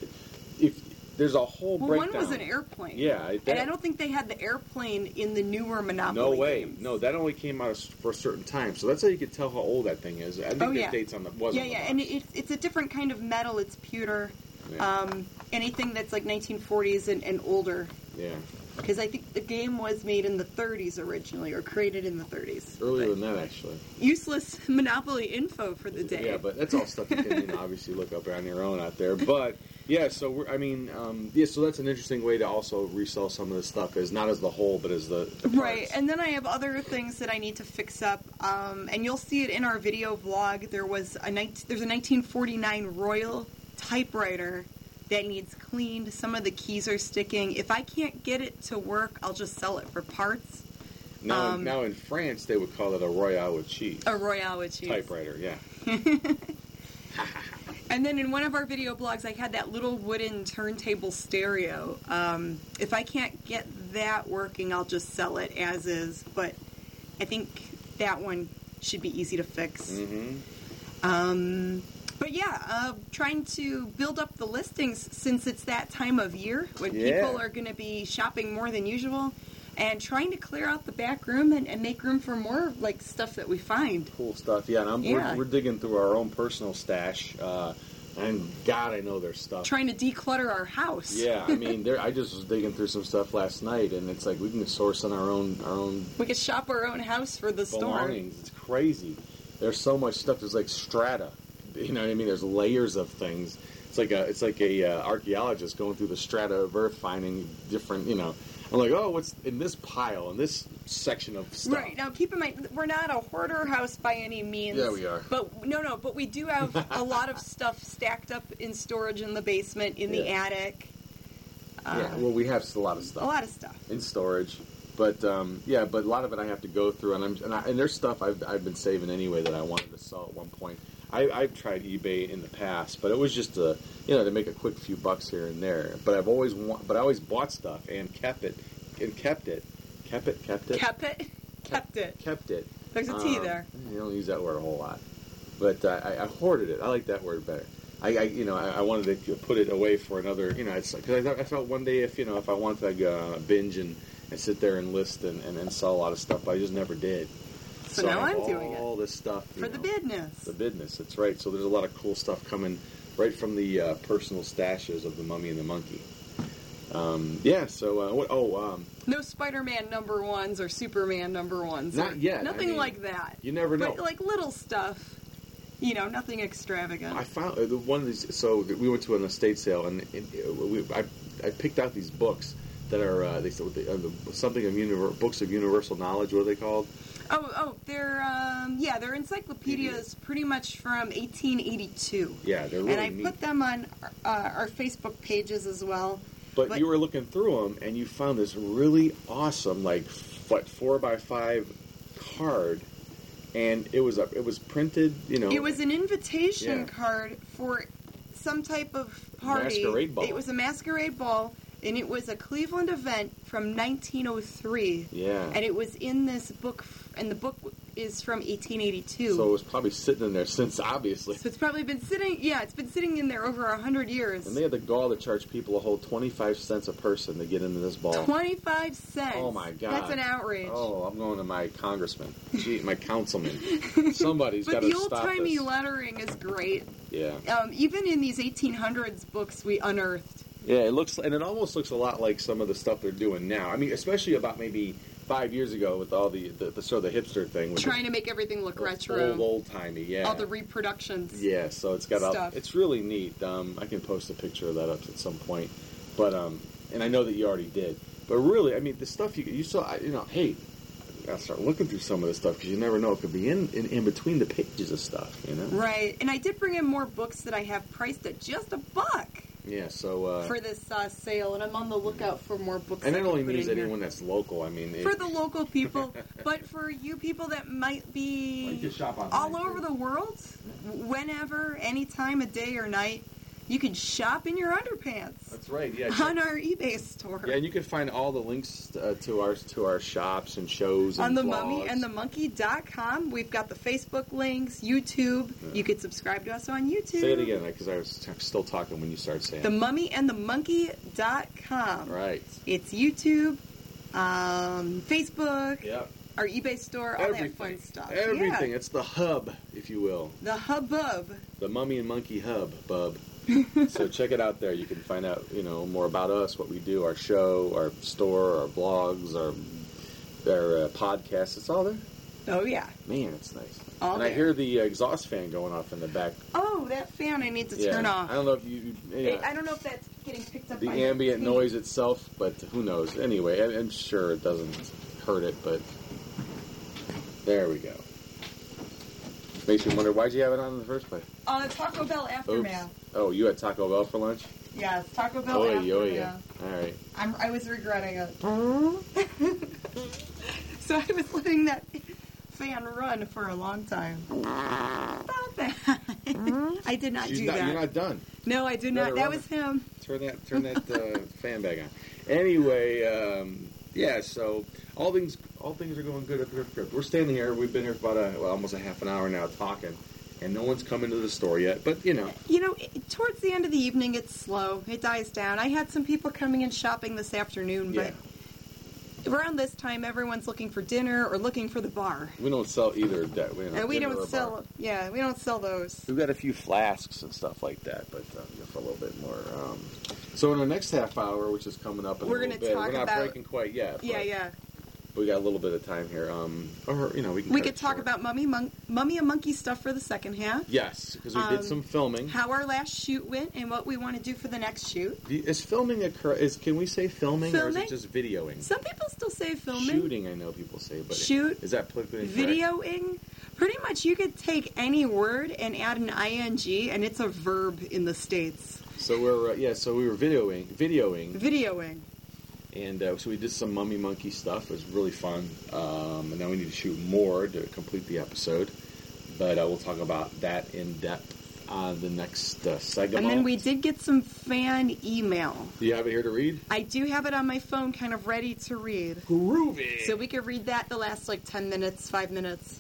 Speaker 1: if there's a whole
Speaker 2: well,
Speaker 1: breakdown.
Speaker 2: one was an airplane.
Speaker 1: Yeah, I-
Speaker 2: and
Speaker 1: that-
Speaker 2: I don't think they had the airplane in the newer Monopoly.
Speaker 1: No way.
Speaker 2: games.
Speaker 1: No, that only came out for a certain time, so that's how you could tell how old that thing is. I think
Speaker 2: Oh,
Speaker 1: the
Speaker 2: yeah.
Speaker 1: dates on the was
Speaker 2: yeah,
Speaker 1: on the
Speaker 2: yeah,
Speaker 1: box.
Speaker 2: and it, it's it's a different kind of metal. It's pewter.
Speaker 1: Yeah.
Speaker 2: Um, anything that's like 1940s and, and older,
Speaker 1: yeah.
Speaker 2: because I think the game was made in the 30s originally or created in the 30s.
Speaker 1: Earlier
Speaker 2: But
Speaker 1: than that, actually.
Speaker 2: useless Monopoly info for the day.
Speaker 1: Yeah, but that's all stuff you can you know, obviously look up on your own out there. But yeah, so we're, I mean, um, yeah, so that's an interesting way to also resell some of this stuff is not as the whole, but as the, the
Speaker 2: Right,
Speaker 1: parts.
Speaker 2: and then I have other things that I need to fix up, um, and you'll see it in our video vlog. There was a 19, there's a 1949 Royal typewriter that needs cleaned. Some of the keys are sticking. If I can't get it to work, I'll just sell it for parts.
Speaker 1: now,
Speaker 2: um,
Speaker 1: now in France they would call it a royale with cheese
Speaker 2: A Royale with cheese.
Speaker 1: typewriter. Yeah.
Speaker 2: And then in one of our video blogs, I had that little wooden turntable stereo. Um, if I can't get that working, I'll just sell it as is. But I think that one should be easy to fix.
Speaker 1: Mm-hmm.
Speaker 2: Um, but yeah, uh, trying to build up the listings since it's that time of year when
Speaker 1: Yeah.
Speaker 2: people are going to be shopping more than usual, and trying to clear out the back room and, and make room for more like stuff that we find.
Speaker 1: cool stuff. Yeah, and I'm,
Speaker 2: Yeah.
Speaker 1: We're, we're digging through our own personal stash, uh, and God, I know there's stuff.
Speaker 2: Trying to declutter our house.
Speaker 1: yeah, I mean, there. I just was digging through some stuff last night, and it's like we can source on our own our own
Speaker 2: We could shop our own house for the store.
Speaker 1: belongings. It's crazy. There's so much stuff. There's like strata. You know what I mean? There's layers of things. It's like a it's like a uh, archaeologist going through the strata of Earth, finding different. You know, I'm like, oh, what's in this pile in this section of stuff?
Speaker 2: Right now, keep in mind we're not a hoarder house by any means.
Speaker 1: Yeah, we are.
Speaker 2: But no, no, but we do have a lot of stuff stacked up in storage in the basement, in the
Speaker 1: Yeah.
Speaker 2: attic,
Speaker 1: yeah. Well, we have a lot of stuff.
Speaker 2: a lot of stuff.
Speaker 1: in storage. But um, yeah, but a lot of it I have to go through, and I'm and, I, and there's stuff I've, I've been saving anyway that I wanted to sell at one point. I, I've tried eBay in the past, but it was just to you know to make a quick few bucks here and there. But I've always wa- but I always bought stuff and kept it and kept it, kept it, kept it,
Speaker 2: Kept it, kept it.
Speaker 1: kept it.
Speaker 2: There's a
Speaker 1: Um,
Speaker 2: T there.
Speaker 1: You don't use that word a whole lot, but uh, I, I hoarded it. I like that word better. I, I you know, I, I wanted to put it away for another. You know, it's because I thought I felt one day if you know if I wanted to uh, binge and, and sit there and list and, and, and sell a lot of stuff, but I just never did.
Speaker 2: So
Speaker 1: I
Speaker 2: now
Speaker 1: have
Speaker 2: I'm doing it.
Speaker 1: all this stuff you
Speaker 2: for the
Speaker 1: know,
Speaker 2: business.
Speaker 1: The business. That's right. So there's a lot of cool stuff coming right from the uh, personal stashes of the Mummy and the Monkey. Um, yeah. So uh, what? Oh, um,
Speaker 2: No Spider-Man number ones or Superman number ones.
Speaker 1: Not
Speaker 2: or
Speaker 1: yet, I
Speaker 2: Nothing
Speaker 1: mean,
Speaker 2: like that.
Speaker 1: you never
Speaker 2: But
Speaker 1: know.
Speaker 2: like little stuff. You know, nothing extravagant.
Speaker 1: I found uh, the one of these. So th- we went to an estate sale, and it, uh, we, I, I picked out these books that are uh, they said what they- uh, the, something of univer- books of universal knowledge. What are they called?
Speaker 2: oh, oh, they're um, yeah, they're encyclopedias, pretty much from 1882.
Speaker 1: Yeah, they're really
Speaker 2: and I
Speaker 1: neat.
Speaker 2: put them on uh, our Facebook pages as well.
Speaker 1: but,
Speaker 2: but-
Speaker 1: you were looking through them, and you found this really awesome, like what four by five card, and it was a, it was printed. You know,
Speaker 2: It was an invitation
Speaker 1: Yeah.
Speaker 2: card for some type of party.
Speaker 1: Masquerade ball.
Speaker 2: It was a masquerade ball, and it was a Cleveland event from 1903.
Speaker 1: Yeah.
Speaker 2: And it was in this book, f- and the book w- is from 1882.
Speaker 1: so it was probably sitting in there since obviously.
Speaker 2: So it's probably been sitting. Yeah, it's been sitting in there over a hundred years.
Speaker 1: And they had the gall to charge people a whole twenty-five cents a person to get into this ball.
Speaker 2: Twenty-five cents.
Speaker 1: Oh my god!
Speaker 2: That's an outrage.
Speaker 1: Oh, I'm going to my congressman, Gee, my councilman. Somebody's got
Speaker 2: but
Speaker 1: to
Speaker 2: the
Speaker 1: stop
Speaker 2: old-timey
Speaker 1: this.
Speaker 2: lettering is great.
Speaker 1: yeah,
Speaker 2: Um, even in these 1800s books, we unearthed.
Speaker 1: yeah. It looks and it almost looks a lot like some of the stuff they're doing now. I mean, especially about maybe five years ago with all the the, the sort of the hipster thing, with
Speaker 2: Trying to make everything look
Speaker 1: the
Speaker 2: retro.
Speaker 1: old old timey. Yeah,
Speaker 2: all the reproductions.
Speaker 1: Yeah, so it's got
Speaker 2: stuff.
Speaker 1: a, it's really neat. Um, I can post a picture of that up at some point, but um, and I know that you already did, but really, I mean, the stuff you you saw, I- you know, hey, I gotta start looking through some of this stuff because you never know it could be in, in in between the pages of stuff, you know.
Speaker 2: Right, and I did bring in more books that I have priced at just a buck
Speaker 1: Yeah, so uh,
Speaker 2: for this uh, sale, and I'm on the lookout for more books.
Speaker 1: and that
Speaker 2: I can
Speaker 1: only
Speaker 2: put
Speaker 1: means
Speaker 2: in here.
Speaker 1: anyone that's local. I mean, it,
Speaker 2: for the local people, but for you people that might
Speaker 3: You
Speaker 2: be
Speaker 3: can shop online,
Speaker 2: all
Speaker 3: too.
Speaker 2: over the world, whenever, any time of day or night, you can shop in your underpants
Speaker 3: That's right. Yeah.
Speaker 2: on our eBay store.
Speaker 1: yeah, and you can find all the links uh, to our to our shops and shows and
Speaker 2: on the
Speaker 1: blogs.
Speaker 2: mummy and the monkey.com we've got the facebook links youtube you could subscribe to us on youtube
Speaker 1: Say it again, because I was t- still talking when you started saying.
Speaker 2: the
Speaker 1: it.
Speaker 2: mummy and the monkey.com
Speaker 1: right.
Speaker 2: It's YouTube, um, Facebook,
Speaker 1: Yep.
Speaker 2: our eBay store, all that fun stuff.
Speaker 1: Everything.
Speaker 2: Yeah.
Speaker 1: It's the hub, if you will.
Speaker 2: The hubbub.
Speaker 1: The Mummy and Monkey Hub, bub. so check it out there. You can find out, you know, more about us, what we do, our show, our store, our blogs, our our uh, podcasts. It's all there.
Speaker 2: Oh, yeah.
Speaker 1: Man, it's nice.
Speaker 2: All
Speaker 1: and I
Speaker 2: there.
Speaker 1: hear the uh, exhaust fan going off in the back.
Speaker 2: Oh, that fan I need to
Speaker 1: Yeah.
Speaker 2: turn off.
Speaker 1: I don't know if you. you yeah.
Speaker 2: I don't know if that's getting picked up
Speaker 1: the
Speaker 2: by
Speaker 1: ambient
Speaker 2: thing.
Speaker 1: noise itself, but who knows? Anyway, I, I'm sure it doesn't hurt it, but there we go. Makes me wonder why'd you have it on in the first place?
Speaker 2: Uh, Taco Bell
Speaker 1: Oops.
Speaker 2: aftermath.
Speaker 1: Oh, you had Taco Bell for lunch?
Speaker 2: Yes, Taco Bell
Speaker 1: Oh
Speaker 2: aftermath.
Speaker 1: yeah, oh yeah. All right.
Speaker 2: I'm, I was regretting it. so I was letting that fan run for a long time. Stop that. I did not
Speaker 1: She's
Speaker 2: do
Speaker 1: not-
Speaker 2: that.
Speaker 1: You're not done.
Speaker 2: no, I
Speaker 1: Let
Speaker 2: did not.
Speaker 1: her
Speaker 2: That
Speaker 1: run.
Speaker 2: was him.
Speaker 1: Turn that turn that uh, fan bag on. Anyway, um, yeah. So all things all things are going good at Grip Grip. We're standing here. We've been here for about a, well, almost a half an hour now talking, and no one's come into the store yet. But you know,
Speaker 2: You know, it, towards the end of the evening, it's slow. It dies down. I had some people coming and shopping this afternoon,
Speaker 1: yeah,
Speaker 2: but around this time, everyone's looking for dinner or looking for the bar.
Speaker 1: we don't sell either. That we don't,
Speaker 2: and we
Speaker 1: dinner or
Speaker 2: don't
Speaker 1: bar.
Speaker 2: sell, yeah, we don't sell those.
Speaker 1: We've got a few flasks and stuff like that, but uh, you know, for a little bit more. Um, so in our next half hour, which is coming up, in
Speaker 2: We're
Speaker 1: a little
Speaker 2: gonna
Speaker 1: bit,
Speaker 2: talk
Speaker 1: we're not
Speaker 2: about-
Speaker 1: breaking quite yet.
Speaker 2: Yeah,
Speaker 1: but
Speaker 2: yeah.
Speaker 1: We got a little bit of time here. Um, or you know, we can
Speaker 2: We
Speaker 1: cut it
Speaker 2: could talk
Speaker 1: short.
Speaker 2: about mummy, mon- mummy and monkey stuff for the second half.
Speaker 1: Yes, because we
Speaker 2: Um,
Speaker 1: did some filming.
Speaker 2: how our last shoot went and what we want to do for the next shoot.
Speaker 1: Do you- Is filming a cor- is can we say filming, or
Speaker 2: Filming?
Speaker 1: is it just videoing?
Speaker 2: Some people still say filming,
Speaker 1: Shooting, I know people say, but
Speaker 2: Shoot.
Speaker 1: is that politically incorrect?
Speaker 2: videoing. Pretty much, you could take any word and add an ing, and it's a verb in the states.
Speaker 1: So we're uh, yeah, so we were videoing, videoing,
Speaker 2: Videoing.
Speaker 1: and uh, so we did some mummy monkey stuff. It was really fun, um, and now we need to shoot more to complete the episode. But uh, we'll talk about that in depth on the next uh, segment.
Speaker 2: And then we did get some fan email.
Speaker 1: do you have it here to read?
Speaker 2: I do have it on my phone, kind of ready to read.
Speaker 1: Groovy.
Speaker 2: So we could read that the last like 10 minutes, 5 minutes.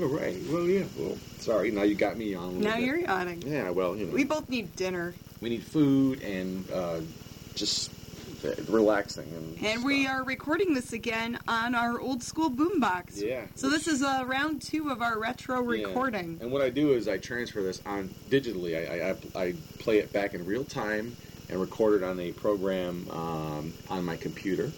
Speaker 1: All right. Well, yeah. Well, sorry. Now you got me on. a little
Speaker 2: Now
Speaker 1: bit.
Speaker 2: you're yawning.
Speaker 1: Yeah. Well, you know.
Speaker 2: We both need dinner.
Speaker 1: we need food and uh, just uh, relaxing. And,
Speaker 2: And we are recording this again on our old school boombox.
Speaker 1: Yeah.
Speaker 2: So this is uh, round two of our retro
Speaker 1: Yeah.
Speaker 2: recording.
Speaker 1: And what I do is I transfer this on digitally. I, I, I, I play it back in real time and record it on a program um, on my computer,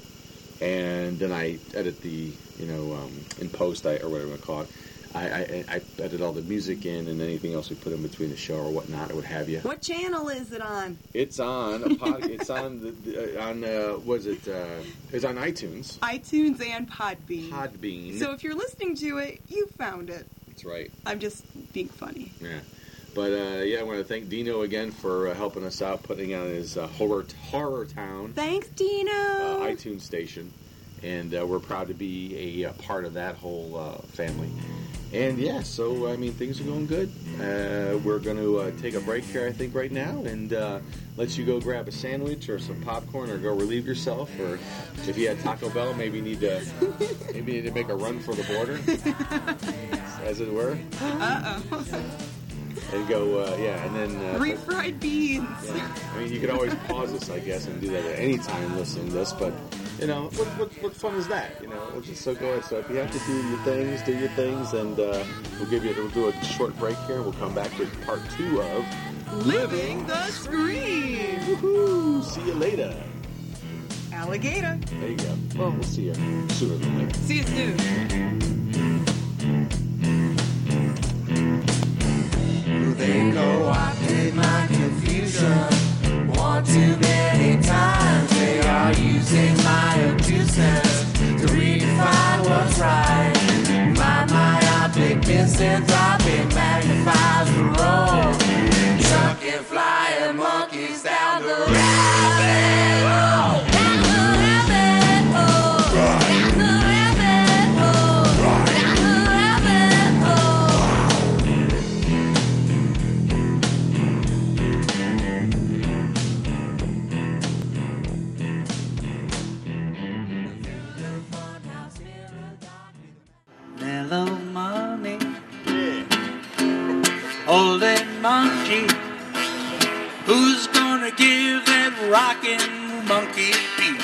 Speaker 1: and then I edit the you know um, in post I, or whatever you want to call it. I, I, I edit all the music in and anything else we put in between the show or whatnot or what have you.
Speaker 2: What channel is it on?
Speaker 1: It's on a pod, it's on the, the uh, on uh, was it uh, it's on iTunes,
Speaker 2: iTunes and Podbean.
Speaker 1: Podbean.
Speaker 2: So if you're listening to it, you found it.
Speaker 1: That's right.
Speaker 2: I'm just being funny.
Speaker 1: Yeah. But uh, yeah, I want to thank Dino again for uh, helping us out, putting on his uh, horror horror town
Speaker 2: Thanks, Dino.
Speaker 1: uh, iTunes station, and uh, we're proud to be a, uh part of that whole uh, family. And yeah, so I mean, things are going good. Uh, we're going to uh, take a break here, I think, right now, and uh, let you go grab a sandwich or some popcorn, or go relieve yourself, or if you had Taco Bell, maybe you need to maybe you need to make a run for the border, as it were,
Speaker 2: Uh-oh.
Speaker 1: and go. Uh, yeah, and then uh,
Speaker 2: Refried beans.
Speaker 1: I mean, you could always pause this, I guess, and do that at any time listening to this, but, you know, what, what, what fun is that? You know, it's just so go ahead. So if you have to do your things, do your things, and uh, we'll give you, we'll do a short break here. We'll come back with part two of
Speaker 2: Living the Scream.
Speaker 1: Woohoo! See you later.
Speaker 2: Alligator.
Speaker 1: There you go. Well, we'll see you sooner than later.
Speaker 2: See you soon.
Speaker 4: They co-opted my confusion. One too many times they are using my obtuse sense to redefine what's right. My myopic misanthropy magnifies the wrong. Chucking flying monkeys down the Hello, mommy. Old and monkey. Who's gonna give that rockin' monkey beat?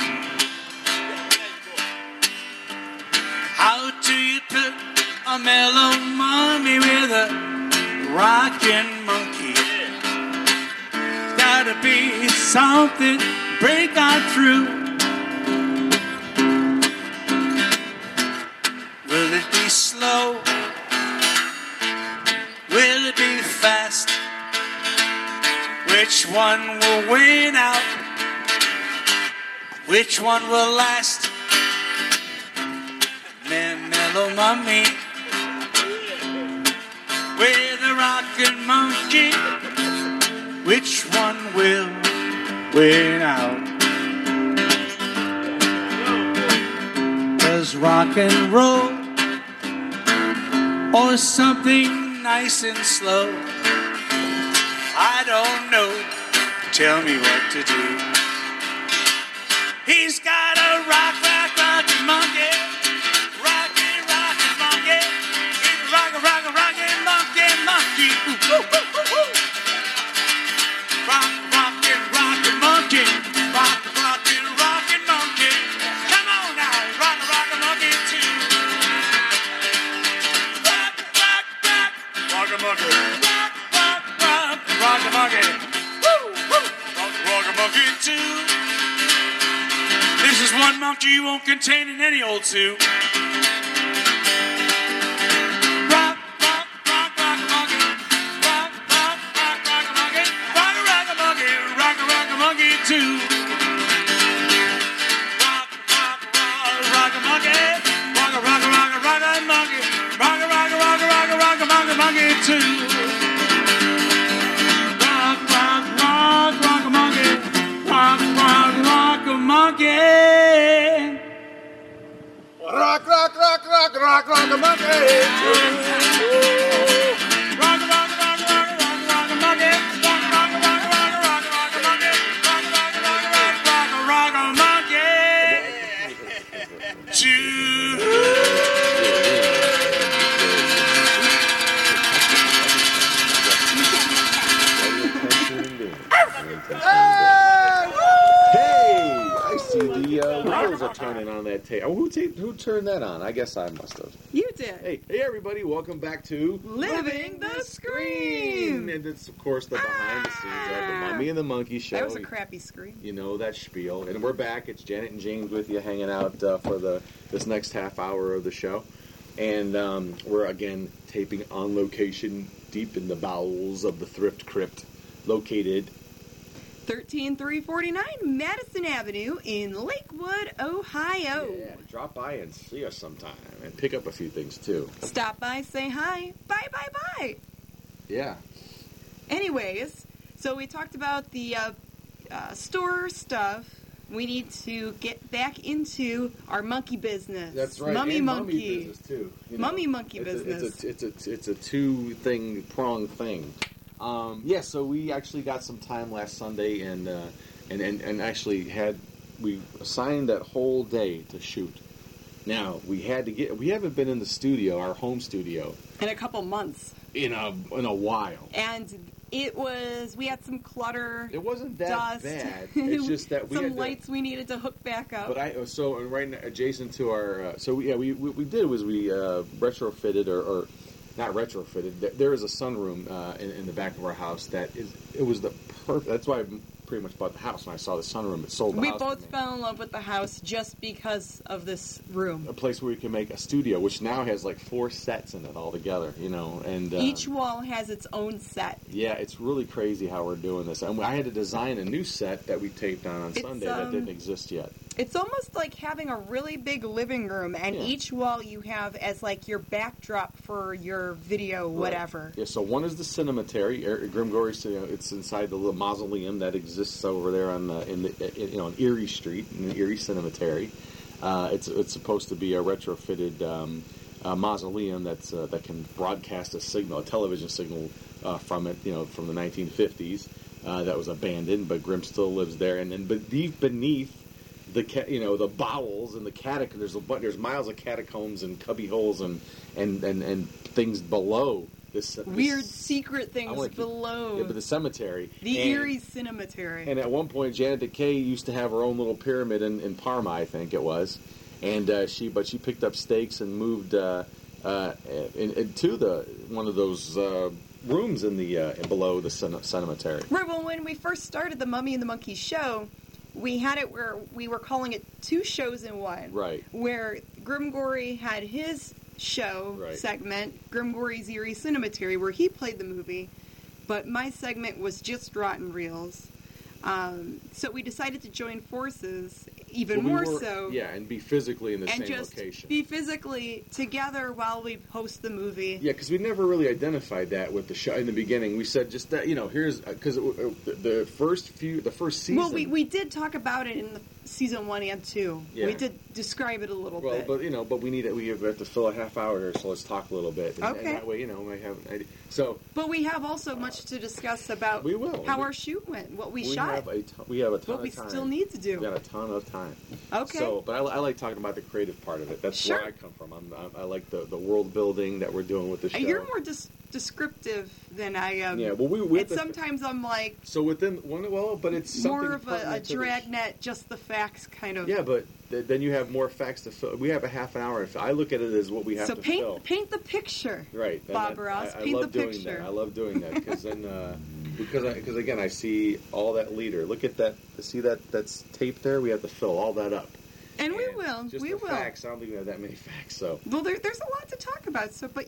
Speaker 4: How do you put a mellow mommy with a rockin' monkey? Gotta be something, break on through. Will it be slow? Will it be fast? Which one will win out? Which one will last? Man, mellow mummy with a rockin' monkey. Which one will win out? Cause rock and roll or something nice and slow. I don't know. Tell me what to do. He's got a rock, rock, rockin' monkey. Rockin', rockin' monkey. He's a rockin', rockin', rockin' monkey, monkey. Ooh, woo, woo, woo, woo. Rock, rockin', rockin' monkey. Rock, rockin', rockin' monkey. Come on now, rock, rockin' monkey too. Rock, rock, rock. Rock a monkey. Rock, rock, rock. Rock a monkey. Woo, woo. Rock, rock a monkey too. This is one monkey you won't contain in any old zoo. Rock, rock, rock, rock a monkey. Rock, rock, rock, rock a monkey. Rock a rock a monkey. Rock a rock a monkey too. Rock, rock, rock, rock a monkey. Rock a rock a rock a rock a monkey. Rock a rock a rock a rock a rock a monkey monkey too. Rock, rock, rock, rock a monkey. Rock, rock, rock a monkey.
Speaker 5: Rock, rock, rock, rock, rock, rock a monkey.
Speaker 4: Rock, rock, rock, rock, rock, rock a monkey. Rock, rock, rock, rock, rock, rock a monkey. Rock, rock, rock, rock, rock, rock a monkey. Choo.
Speaker 1: Hey! I the uh, wheels are turning on that tape. Oh, who, ta- who turned that on? I guess I must have.
Speaker 2: You did.
Speaker 1: Hey, hey, everybody! Welcome back to
Speaker 2: Living the Scream.
Speaker 1: and it's of course the behind the scenes of the Mummy and the Monkey show.
Speaker 2: That was a crappy scream.
Speaker 1: you know that spiel and we're back it's janet and james with you hanging out uh, for the this next half hour of the show and um, we're again taping on location deep in the bowels of the thrift crypt located
Speaker 2: 13349 Madison Avenue in Lakewood, Ohio.
Speaker 1: Yeah, drop by and see us sometime and pick up a few things too
Speaker 2: Stop by, say hi. Bye, bye, bye.
Speaker 1: yeah
Speaker 2: Anyways, so we talked about the uh, uh, store stuff. We need to get back into our monkey business.
Speaker 1: that's right
Speaker 2: Mummy
Speaker 1: and
Speaker 2: monkey.
Speaker 1: business too you
Speaker 2: Mummy monkey
Speaker 1: it's
Speaker 2: business.
Speaker 1: A, it's, a, it's, a, it's a two thing prong thing. Um, yeah, so we actually got some time last Sunday and, uh, and, and and actually had we assigned that whole day to shoot. Now we had to get we haven't been in the studio, our home studio,
Speaker 2: In a couple months.
Speaker 1: in a in a while.
Speaker 2: And it was, we had some clutter.
Speaker 1: It wasn't that
Speaker 2: dust.
Speaker 1: bad. It's just that we
Speaker 2: some
Speaker 1: had to-
Speaker 2: lights we needed to hook back up.
Speaker 1: But I uh, so and right now, adjacent to our uh, so yeah we what we did was we uh, retrofitted or, or not retrofitted. th- There is a sunroom uh, in, in the back of our house that is it was the perfect. That's why I pretty much bought the house when I saw the sunroom. It sold. The
Speaker 2: we
Speaker 1: house to
Speaker 2: both
Speaker 1: me.
Speaker 2: fell in love with the house just because of this
Speaker 1: a
Speaker 2: room.
Speaker 1: place where we can make a studio, which now has like four sets in it all together. You know, and uh,
Speaker 2: Each wall has its own set.
Speaker 1: Yeah, it's really crazy how we're doing this. And I had to design a new set that we taped on on
Speaker 2: It's,
Speaker 1: Sunday that
Speaker 2: um,
Speaker 1: didn't exist yet.
Speaker 2: It's almost like having a really big living room, and
Speaker 1: Yeah.
Speaker 2: each wall you have as like your backdrop for your video,
Speaker 1: Right.
Speaker 2: whatever.
Speaker 1: Yeah, so one is the cemetery, er, Grimgory. So, you know, it's inside the little mausoleum that exists over there on the, in the in, you know on Erie Street in the Erie Cemetery. Uh, it's it's supposed to be a retrofitted um, uh, mausoleum that's uh, that can broadcast a signal, a television signal uh, from it. You know, from the 1950s uh, that was abandoned, but Grimm still lives there. And then beneath beneath the ca- you know the bowels and the catac there's a bu- there's miles of catacombs and cubby holes and and and, and things below this this-
Speaker 2: Weird secret
Speaker 1: I
Speaker 2: things
Speaker 1: wanna keep-
Speaker 2: below
Speaker 1: yeah, but the cemetery
Speaker 2: the
Speaker 1: and,
Speaker 2: Erie Cemetery.
Speaker 1: and at one point Janet Decay used to have her own little pyramid in, in Parma I think it was and uh, she but she picked up stakes and moved uh, uh, in, into the one of those uh, rooms in the uh, below the cem- cemetery
Speaker 2: Right. Well, when we first started the Mummy and the Monkey show, we had it where we were calling it two shows in one.
Speaker 1: Right.
Speaker 2: Where Grimgory had his show
Speaker 1: Right.
Speaker 2: segment, Grimgory's Eerie Cinematary, where he played the movie, but my segment was just Rotten Reels. Um, so we decided to join forces even
Speaker 1: But we
Speaker 2: more
Speaker 1: were-
Speaker 2: so.
Speaker 1: yeah and be physically in the
Speaker 2: And
Speaker 1: same
Speaker 2: just
Speaker 1: location
Speaker 2: be physically together while we host the movie.
Speaker 1: Yeah, because we never really identified that with the show in the beginning. We said just that you know here's uh, because the the first few the first season.
Speaker 2: Well, we, we did talk about it in the season one and two.
Speaker 1: Yeah.
Speaker 2: We did describe it a little
Speaker 1: well,
Speaker 2: bit.
Speaker 1: but you know, but we need it. We have to fill a half hour here, so let's talk a little bit. And, and
Speaker 2: Okay.
Speaker 1: that way, you know, we have an idea. So
Speaker 2: But we have also much to discuss about
Speaker 1: We will.
Speaker 2: how
Speaker 1: We-
Speaker 2: our shoot went, what we,
Speaker 1: we
Speaker 2: shot,
Speaker 1: have a ton, we have a ton.
Speaker 2: what
Speaker 1: of
Speaker 2: we
Speaker 1: time.
Speaker 2: still need to
Speaker 1: We got
Speaker 2: do.
Speaker 1: a ton of time.
Speaker 2: Okay.
Speaker 1: So, but I, I like talking about the creative part of it. That's
Speaker 2: Sure.
Speaker 1: where I come from. I'm, I'm, I like the, the world building that we're doing with the show.
Speaker 2: And You're more des- descriptive than I am.
Speaker 1: Yeah, well, we- we have
Speaker 2: and
Speaker 1: to-
Speaker 2: sometimes I'm like
Speaker 1: so within one well, but it's something
Speaker 2: more of a, a
Speaker 1: pertinent to the-
Speaker 2: dragnet, just the facts kind of.
Speaker 1: Yeah, but th- then you have more facts to fill. We have a half an hour. to fill. I look at it as what we have
Speaker 2: so
Speaker 1: to
Speaker 2: paint
Speaker 1: fill.
Speaker 2: paint the picture.
Speaker 1: right, and
Speaker 2: Bob
Speaker 1: that-
Speaker 2: Ross,
Speaker 1: I, I
Speaker 2: paint
Speaker 1: love
Speaker 2: the
Speaker 1: doing
Speaker 2: picture.
Speaker 1: that. I love doing that because then uh, because I, because again I see all that leader. Look at that. See that that's tape there. We have to fill all that up.
Speaker 2: and we will.
Speaker 1: Just
Speaker 2: We
Speaker 1: the
Speaker 2: will.
Speaker 1: Facts. I don't think we have that many facts. So
Speaker 2: Well, there, there's a lot to talk about. So, but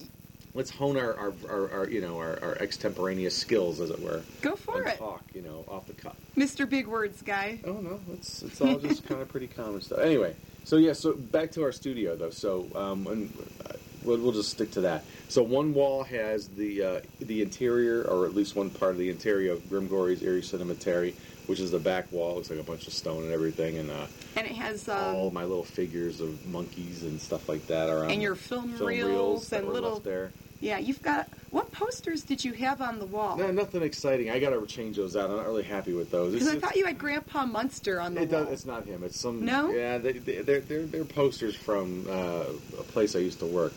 Speaker 1: let's hone our our, our, our you know our, our extemporaneous skills, as it were.
Speaker 2: go for
Speaker 1: and
Speaker 2: it,
Speaker 1: Talk you know off the cuff.
Speaker 2: Mr. Big Words guy.
Speaker 1: Oh no, it's it's all just kind of pretty common stuff. Anyway, so yeah, so back to our studio though. So um, and uh, we'll, we'll just stick to that. So one wall has the uh, the interior, or at least one part of the interior of Grimgory's Erie Cemetery, which is the back wall. Looks like a bunch of stone and everything, and uh,
Speaker 2: And it has
Speaker 1: all
Speaker 2: um,
Speaker 1: my little figures of monkeys and stuff like that around.
Speaker 2: and your
Speaker 1: the
Speaker 2: film,
Speaker 1: film
Speaker 2: reels,
Speaker 1: reels that
Speaker 2: and
Speaker 1: were
Speaker 2: little.
Speaker 1: left there.
Speaker 2: Yeah, you've got what posters did you have on the wall?
Speaker 1: No, nothing exciting. I got to change those out. I'm not really happy with those.
Speaker 2: Because I
Speaker 1: It's-
Speaker 2: thought you had Grandpa Munster on the
Speaker 1: It
Speaker 2: wall.
Speaker 1: does, it's not him. It's some.
Speaker 2: No?
Speaker 1: Yeah, they, they, they're, they're, they're posters from uh, a place I used to work,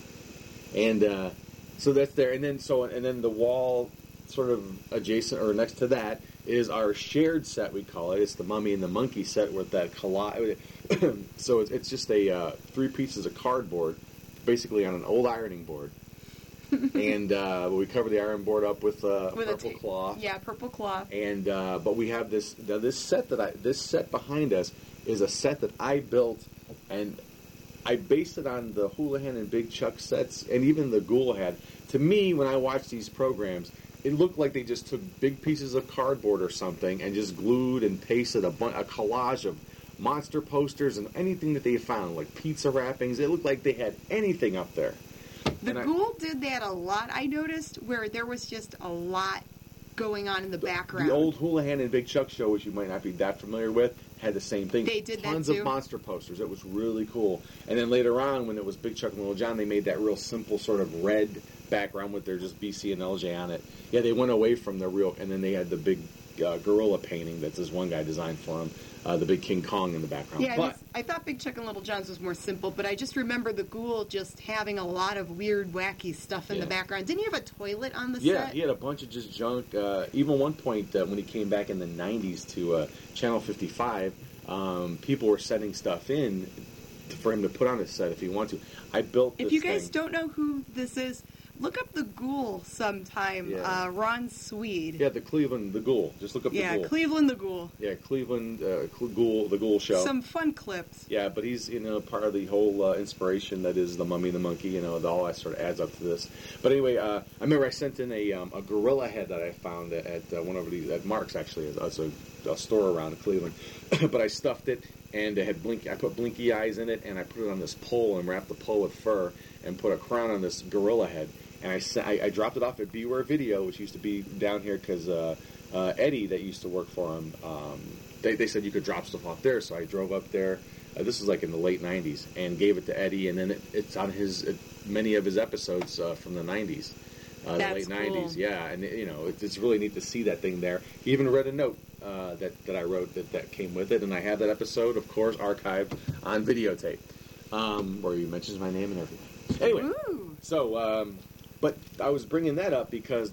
Speaker 1: and uh, so that's there. And then so and then the wall, sort of adjacent or next to that, is our shared set. We call it. It's the mummy and the monkey set with that collage. so it's, it's just a uh, three pieces of cardboard, basically on an old ironing board. and uh, we cover the iron board up with, uh,
Speaker 2: With a
Speaker 1: purple
Speaker 2: tape.
Speaker 1: cloth
Speaker 2: Yeah, purple cloth.
Speaker 1: and uh, but we have this now this set that I this set behind us is a set that I built and I based it on the Houlihan and Big Chuck sets and even the Goulahan. To me, when I watch these programs, it looked like they just took big pieces of cardboard or something and just glued and pasted a, bun- a collage of monster posters and anything that they found, like pizza wrappings. It looked like they had anything up there.
Speaker 2: The
Speaker 1: and I-
Speaker 2: ghoul did that a lot. I noticed where there was just a lot going on in the, background.
Speaker 1: The old Houlihan and Big Chuck show, which you might not be that familiar with, had the same thing.
Speaker 2: They did that
Speaker 1: tons
Speaker 2: too?
Speaker 1: of monster posters. It was really cool. And then later on, when it was Big Chuck and Little John, they made that real simple sort of red background with their just BC and LJ on it. Yeah, they went away from the real, and then they had the big uh, gorilla painting that this one guy designed for him, uh, the big King Kong in the background.
Speaker 2: yeah, I,
Speaker 1: but
Speaker 2: was- I thought Big Chuck and Little John's was more simple, but I just remember the ghoul just having a lot of weird, wacky stuff in the
Speaker 1: Yeah.
Speaker 2: background. Didn't you have a toilet on the
Speaker 1: Yeah,
Speaker 2: set?
Speaker 1: he had a bunch of just junk. Uh, even one point uh, when he came back in the '90s to uh, Channel 55, um, people were sending stuff in to, for him to put on his set if he wanted to. I built.
Speaker 2: If
Speaker 1: this
Speaker 2: you guys
Speaker 1: thing.
Speaker 2: don't know who this is, look up the ghoul sometime.
Speaker 1: Yeah.
Speaker 2: Uh, Ron Swede.
Speaker 1: yeah, the Cleveland, the Ghoul. Just look up
Speaker 2: Yeah,
Speaker 1: the Ghoul.
Speaker 2: Cleveland the Ghoul.
Speaker 1: yeah, Cleveland, uh, Cle- Ghoul, the Ghoul show.
Speaker 2: Some fun clips.
Speaker 1: Yeah, but he's you know part of the whole uh, inspiration that is the Mummy and the Monkey. You know, the, all that sort of adds up to this. But anyway, uh, I remember I sent in a, um, a gorilla head that I found at, at uh, one of these at Marks actually, it's, it's a, a store around Cleveland. but I stuffed it and it had blink. I put blinky eyes in it and I put it on this pole and wrapped the pole with fur and put a crown on this gorilla head. And I sent, I, I dropped it off at Beware Video, which used to be down here because. Uh, uh, Eddie, that used to work for him, um, they, they said you could drop stuff off there. So I drove up there. Uh, this was like in the late '90s, and gave it to Eddie. And then it, it's on his it, many of his episodes uh, from the '90s, uh, the
Speaker 2: That's
Speaker 1: late
Speaker 2: cool.
Speaker 1: '90s. Yeah, and you know it, it's really neat to see that thing there. He even read a note uh, that that I wrote that that came with it, and I have that episode, of course, archived on videotape, um, where he mentions my name and everything. Anyway,
Speaker 2: Ooh.
Speaker 1: so, um, but I was bringing that up because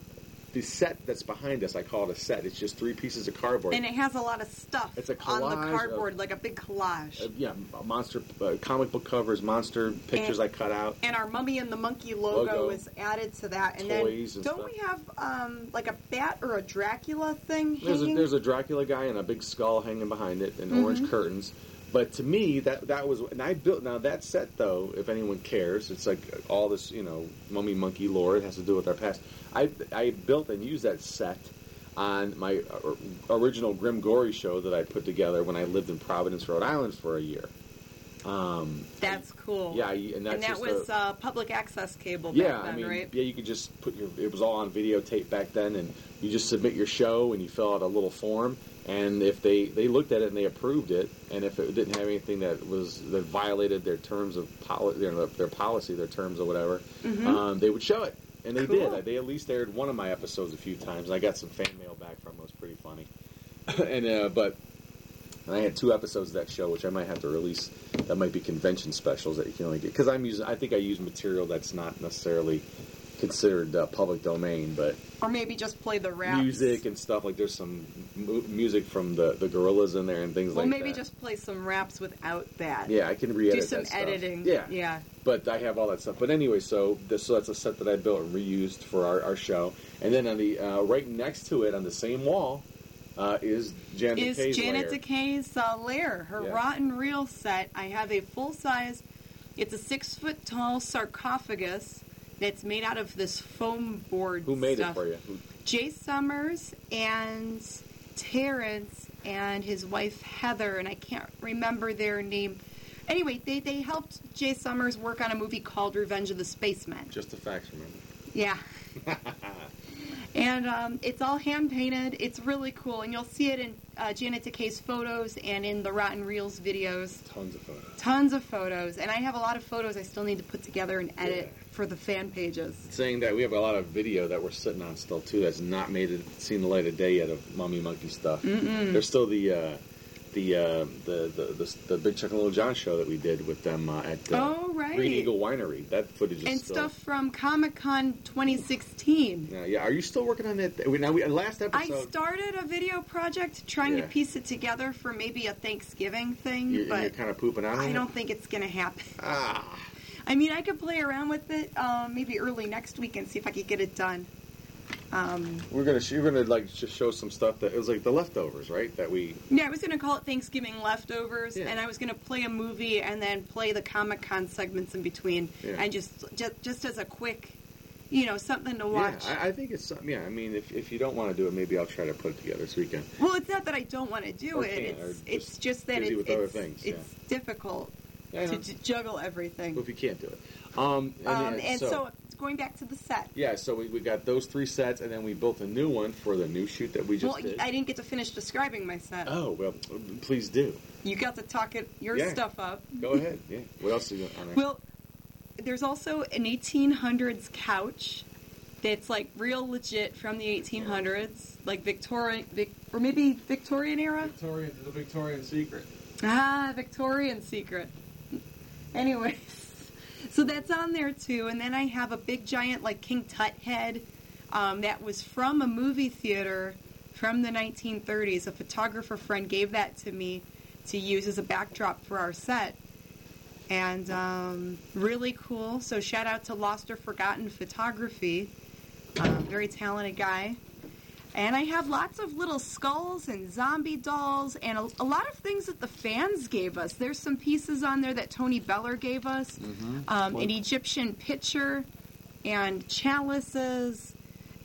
Speaker 1: the set that's behind us, I call it a set. It's just three pieces of cardboard.
Speaker 2: And it has a lot of stuff
Speaker 1: It's a
Speaker 2: on
Speaker 1: collage
Speaker 2: the
Speaker 1: of-
Speaker 2: cardboard, like a big collage.
Speaker 1: uh, yeah, monster uh, comic book covers, monster pictures I cut out.
Speaker 2: and our Mummy and the Monkey logo,
Speaker 1: Logo.
Speaker 2: is added to that. And
Speaker 1: Toys
Speaker 2: then
Speaker 1: and
Speaker 2: don't
Speaker 1: stuff.
Speaker 2: we have um, like a bat or a Dracula thing
Speaker 1: There's a,
Speaker 2: hanging?
Speaker 1: there's a Dracula guy and a big skull hanging behind it and orange
Speaker 2: Mm-hmm.
Speaker 1: curtains. But to me, that that was and I built now that set though. If anyone cares, it's like all this you know mummy monkey lore. It has to do with our past. I I built and used that set on my uh, or- original Grim Gory show that I put together when I lived in Providence, Rhode Island for a year.
Speaker 2: That's cool.
Speaker 1: Yeah, you- and that's
Speaker 2: Oh. and that
Speaker 1: just
Speaker 2: was
Speaker 1: a-
Speaker 2: uh, public access cable back
Speaker 1: Yeah,
Speaker 2: then,
Speaker 1: I mean,
Speaker 2: right?
Speaker 1: yeah, you could just put your. It was all on videotape back then, and you just submit your show, and you fill out a little form, and if they they looked at it and they approved it, and if it didn't have anything that was that violated their terms of poli- you know, their policy, their terms or whatever, um, they would show it, and they
Speaker 2: Mm-hmm. Cool.
Speaker 1: did. They at least aired one of my episodes a few times. and I got some fan mail back from. It It was pretty funny, and uh, but and I had two episodes of that show, which I might have to release. That might be convention specials that you can only get because I'm using. I think I use material that's not necessarily considered uh, public domain, but
Speaker 2: Or maybe just play the raps.
Speaker 1: music and stuff like there's some mu- music from the the gorillas in there and things
Speaker 2: well,
Speaker 1: like
Speaker 2: maybe
Speaker 1: that.
Speaker 2: just play some raps without that.
Speaker 1: yeah, I can re-edit
Speaker 2: Do some
Speaker 1: that stuff.
Speaker 2: editing.
Speaker 1: Yeah,
Speaker 2: Yeah.
Speaker 1: but I have all that stuff. But anyway, so this so that's a set that I built and reused for our, our show. And then on the uh, right next to it, on the same wall, uh, is Janet
Speaker 2: is
Speaker 1: Kay's
Speaker 2: Janet
Speaker 1: lair.
Speaker 2: DeKay's uh, lair, her
Speaker 1: Yeah.
Speaker 2: rotten reel set. I have a full size, it's a six foot tall sarcophagus that's made out of this foam board.
Speaker 1: Who made
Speaker 2: stuff.
Speaker 1: it for you? Who-
Speaker 2: Jay Summers and Terrence and his wife Heather, and I can't remember their name. Anyway, they, they helped Jay Summers work on a movie called Revenge of the Spacemen.
Speaker 1: Just the facts, remember.
Speaker 2: Yeah. and um, it's all hand painted. It's really cool, and you'll see it in uh, Janet DeKay's photos and in the Rotten Reels videos.
Speaker 1: Tons of photos.
Speaker 2: Tons of photos, and I have a lot of photos I still need to put together and edit
Speaker 1: Yeah.
Speaker 2: for the fan pages.
Speaker 1: saying that we have a lot of video that we're sitting on still too that's not made it seen the light of day yet of mummy monkey stuff. There's still the uh, the, uh, the, the the the Big Chuck and Little John show that we did with them uh, at the
Speaker 2: Oh, right.
Speaker 1: Green Eagle Winery. That footage is
Speaker 2: and
Speaker 1: still.
Speaker 2: stuff from Comic Con 2016.
Speaker 1: Yeah, yeah. Are you still working on that? We- Now we last
Speaker 2: I
Speaker 1: episode.
Speaker 2: started a video project trying
Speaker 1: Yeah.
Speaker 2: to piece it together for maybe a Thanksgiving thing,
Speaker 1: you're,
Speaker 2: but
Speaker 1: kind of pooping out. on
Speaker 2: I
Speaker 1: it?
Speaker 2: don't think it's going to happen.
Speaker 1: Ah,
Speaker 2: I mean, I could play around with it um, maybe early next week and see if I could get it done. Um,
Speaker 1: we're gonna sh- you're gonna like just show some stuff that it was like the leftovers, right? That we
Speaker 2: yeah, I was going to call it Thanksgiving Leftovers,
Speaker 1: Yeah.
Speaker 2: and I was going to play a movie and then play the Comic Con segments in between,
Speaker 1: Yeah.
Speaker 2: and just, just just as a quick, you know, something to watch.
Speaker 1: Yeah, I, I think it's some- yeah. I mean, if, if you don't want to do it, maybe I'll try to put it together this weekend.
Speaker 2: Well, it's not that I don't want to do
Speaker 1: Or
Speaker 2: it.
Speaker 1: can't,
Speaker 2: it's
Speaker 1: or
Speaker 2: it's
Speaker 1: just
Speaker 2: just that
Speaker 1: busy
Speaker 2: it's
Speaker 1: with other
Speaker 2: it's,
Speaker 1: things, yeah.
Speaker 2: it's difficult
Speaker 1: Yeah, I
Speaker 2: to
Speaker 1: know.
Speaker 2: j- juggle everything.
Speaker 1: If you can't do it, um, and,
Speaker 2: um,
Speaker 1: then-
Speaker 2: and so, going back to the set.
Speaker 1: yeah, so we, we got those three sets, and then we built a new one for the new shoot that we just
Speaker 2: well, y-
Speaker 1: did.
Speaker 2: I didn't get to finish describing my set.
Speaker 1: oh well, please do.
Speaker 2: You got to talk it, your
Speaker 1: Yeah.
Speaker 2: stuff up.
Speaker 1: Go ahead. Yeah. What else is on there?
Speaker 2: Mm-hmm. Well, there's also an 1800s couch that's like real legit from the 1800s, like Victorian, Vic, or maybe Victorian era.
Speaker 3: Victorian, the Victorian secret.
Speaker 2: Ah, Victorian secret. Anyways, so that's on there too. And then I have a big giant like King Tut head um, that was from a movie theater from the 1930s. A photographer friend gave that to me to use as a backdrop for our set. And um, really cool. So shout out to Lost or Forgotten Photography. Um, very talented guy. And I have lots of little skulls and zombie dolls and a, a lot of things that the fans gave us. There's some pieces on there that Tony Beller gave us um, an Egyptian pitcher and chalices.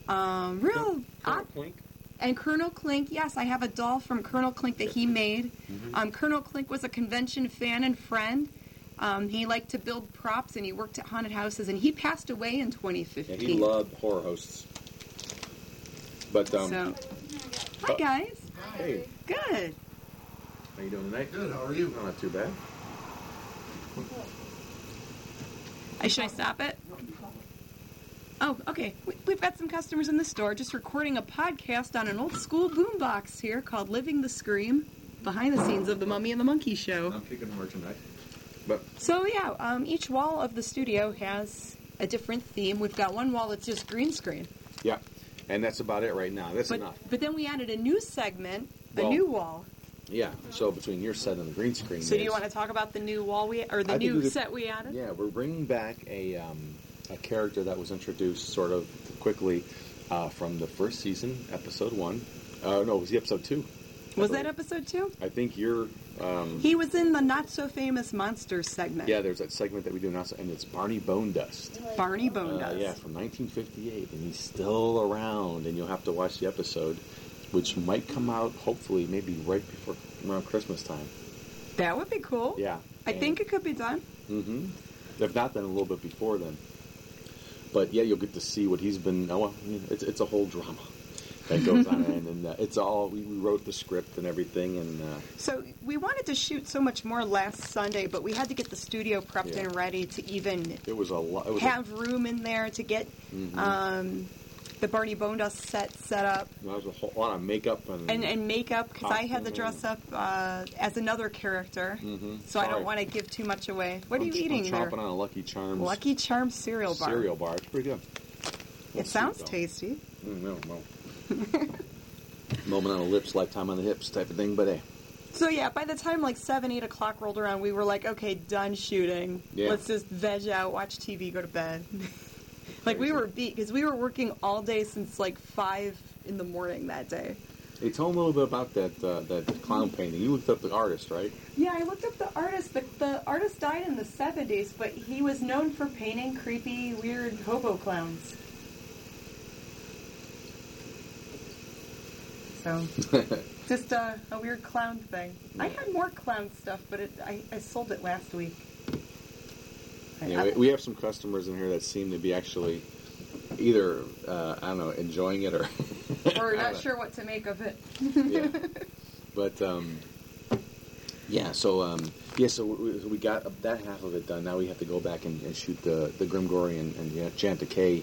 Speaker 2: Um, real odd
Speaker 1: Clink.
Speaker 2: and Colonel Clink, yes, I have a doll from Colonel Clink that he made.
Speaker 1: Mm-hmm.
Speaker 2: Um, Colonel Clink was a convention fan and friend. Um, he liked to build props and he worked at haunted houses and he passed away in 2015.
Speaker 1: Yeah, he loved horror hosts. But um, Oh.
Speaker 2: so, hi guys,
Speaker 1: hey,
Speaker 2: good.
Speaker 1: how you doing tonight?
Speaker 3: Good, how are you?
Speaker 1: No, not too bad.
Speaker 2: I should I stop it? Oh, okay. We, we've got some customers in the store just recording a podcast on an old school boombox here called "Living the Scream," behind the scenes of the Mummy and the Monkey show.
Speaker 3: I'm kicking more tonight.
Speaker 1: But
Speaker 2: So yeah, um, each wall of the studio has a different theme. We've got one wall that's just green screen,
Speaker 1: yeah, and that's about it right now. That's
Speaker 2: but
Speaker 1: enough.
Speaker 2: but then we added a new segment,
Speaker 1: Well,
Speaker 2: a new wall.
Speaker 1: Yeah. So between your set and the green screen.
Speaker 2: So do you
Speaker 1: is-
Speaker 2: want to talk about the new wall we or the
Speaker 1: I think we
Speaker 2: new
Speaker 1: could-
Speaker 2: set we added?
Speaker 1: Yeah, we're bringing back a, um, a character that was introduced sort of quickly uh, from the first season, episode one. Uh, no, it was the episode two. I
Speaker 2: Was that
Speaker 1: believe.
Speaker 2: episode two?
Speaker 1: I think you're. Um,
Speaker 2: He was in the not so famous monsters segment.
Speaker 1: yeah, there's that segment that we do now, and it's Barney Bone Dust.
Speaker 2: Barney Bone
Speaker 1: Uh,
Speaker 2: does.
Speaker 1: yeah, from 1958, and he's still around, and you'll have to watch the episode, which might come out hopefully maybe right before around Christmas time.
Speaker 2: That would be cool.
Speaker 1: Yeah,
Speaker 2: I
Speaker 1: and-
Speaker 2: think it could be done.
Speaker 1: hmm If not, then a little bit before then. But yeah, you'll get to see what he's been. Oh, well, I mean, it's it's a whole drama that goes on, and, and uh, it's all we, we wrote the script and everything, and uh,
Speaker 2: So we wanted to shoot so much more last Sunday, but we had to get the studio prepped
Speaker 1: Yeah.
Speaker 2: and ready to even
Speaker 1: it was a lot. It was a-
Speaker 2: have room in there to get
Speaker 1: Mm-hmm.
Speaker 2: um, the Barney Bone Dust set set up
Speaker 1: it was a whole lot of makeup and,
Speaker 2: and, and makeup because I had to
Speaker 1: Costume.
Speaker 2: dress up uh, as another character,
Speaker 1: Mhm.
Speaker 2: so I
Speaker 1: Sorry.
Speaker 2: don't want to give too much away. What
Speaker 1: I'm
Speaker 2: are you
Speaker 1: ch- I'm
Speaker 2: eating there?
Speaker 1: chomping on a Lucky Charms
Speaker 2: Lucky Charms cereal bar.
Speaker 1: cereal bar. It's pretty good.
Speaker 2: It sounds tasty.
Speaker 1: Mm, no, no. Moment on the lips, lifetime on the hips, type of thing. But hey,
Speaker 2: So yeah, by the time like seven, eight o'clock rolled around, we were like, okay, done shooting.
Speaker 1: Yeah.
Speaker 2: Let's just veg out, watch TV, go to bed. like we
Speaker 1: Crazy.
Speaker 2: were beat because we were working all day since like five in the morning that day.
Speaker 1: hey, tell them a little bit about that uh, that clown painting. You looked up the artist, right?
Speaker 2: Yeah, I looked up the artist. The, the artist died in the 70s, but he was known for painting creepy, weird hobo clowns. So, just uh, a weird clown thing. I had more clown stuff, but it, I, I sold it last week. I-
Speaker 1: Yeah, we, we have some customers in here that seem to be actually either uh, I don't know enjoying it or
Speaker 2: I-
Speaker 1: I
Speaker 2: Or not
Speaker 1: don't-
Speaker 2: sure what to make of it.
Speaker 1: yeah. But um, yeah, so um, yeah, so we, we got that half of it done. Now we have to go back and, and shoot the the Grimgorian and the Jant Decay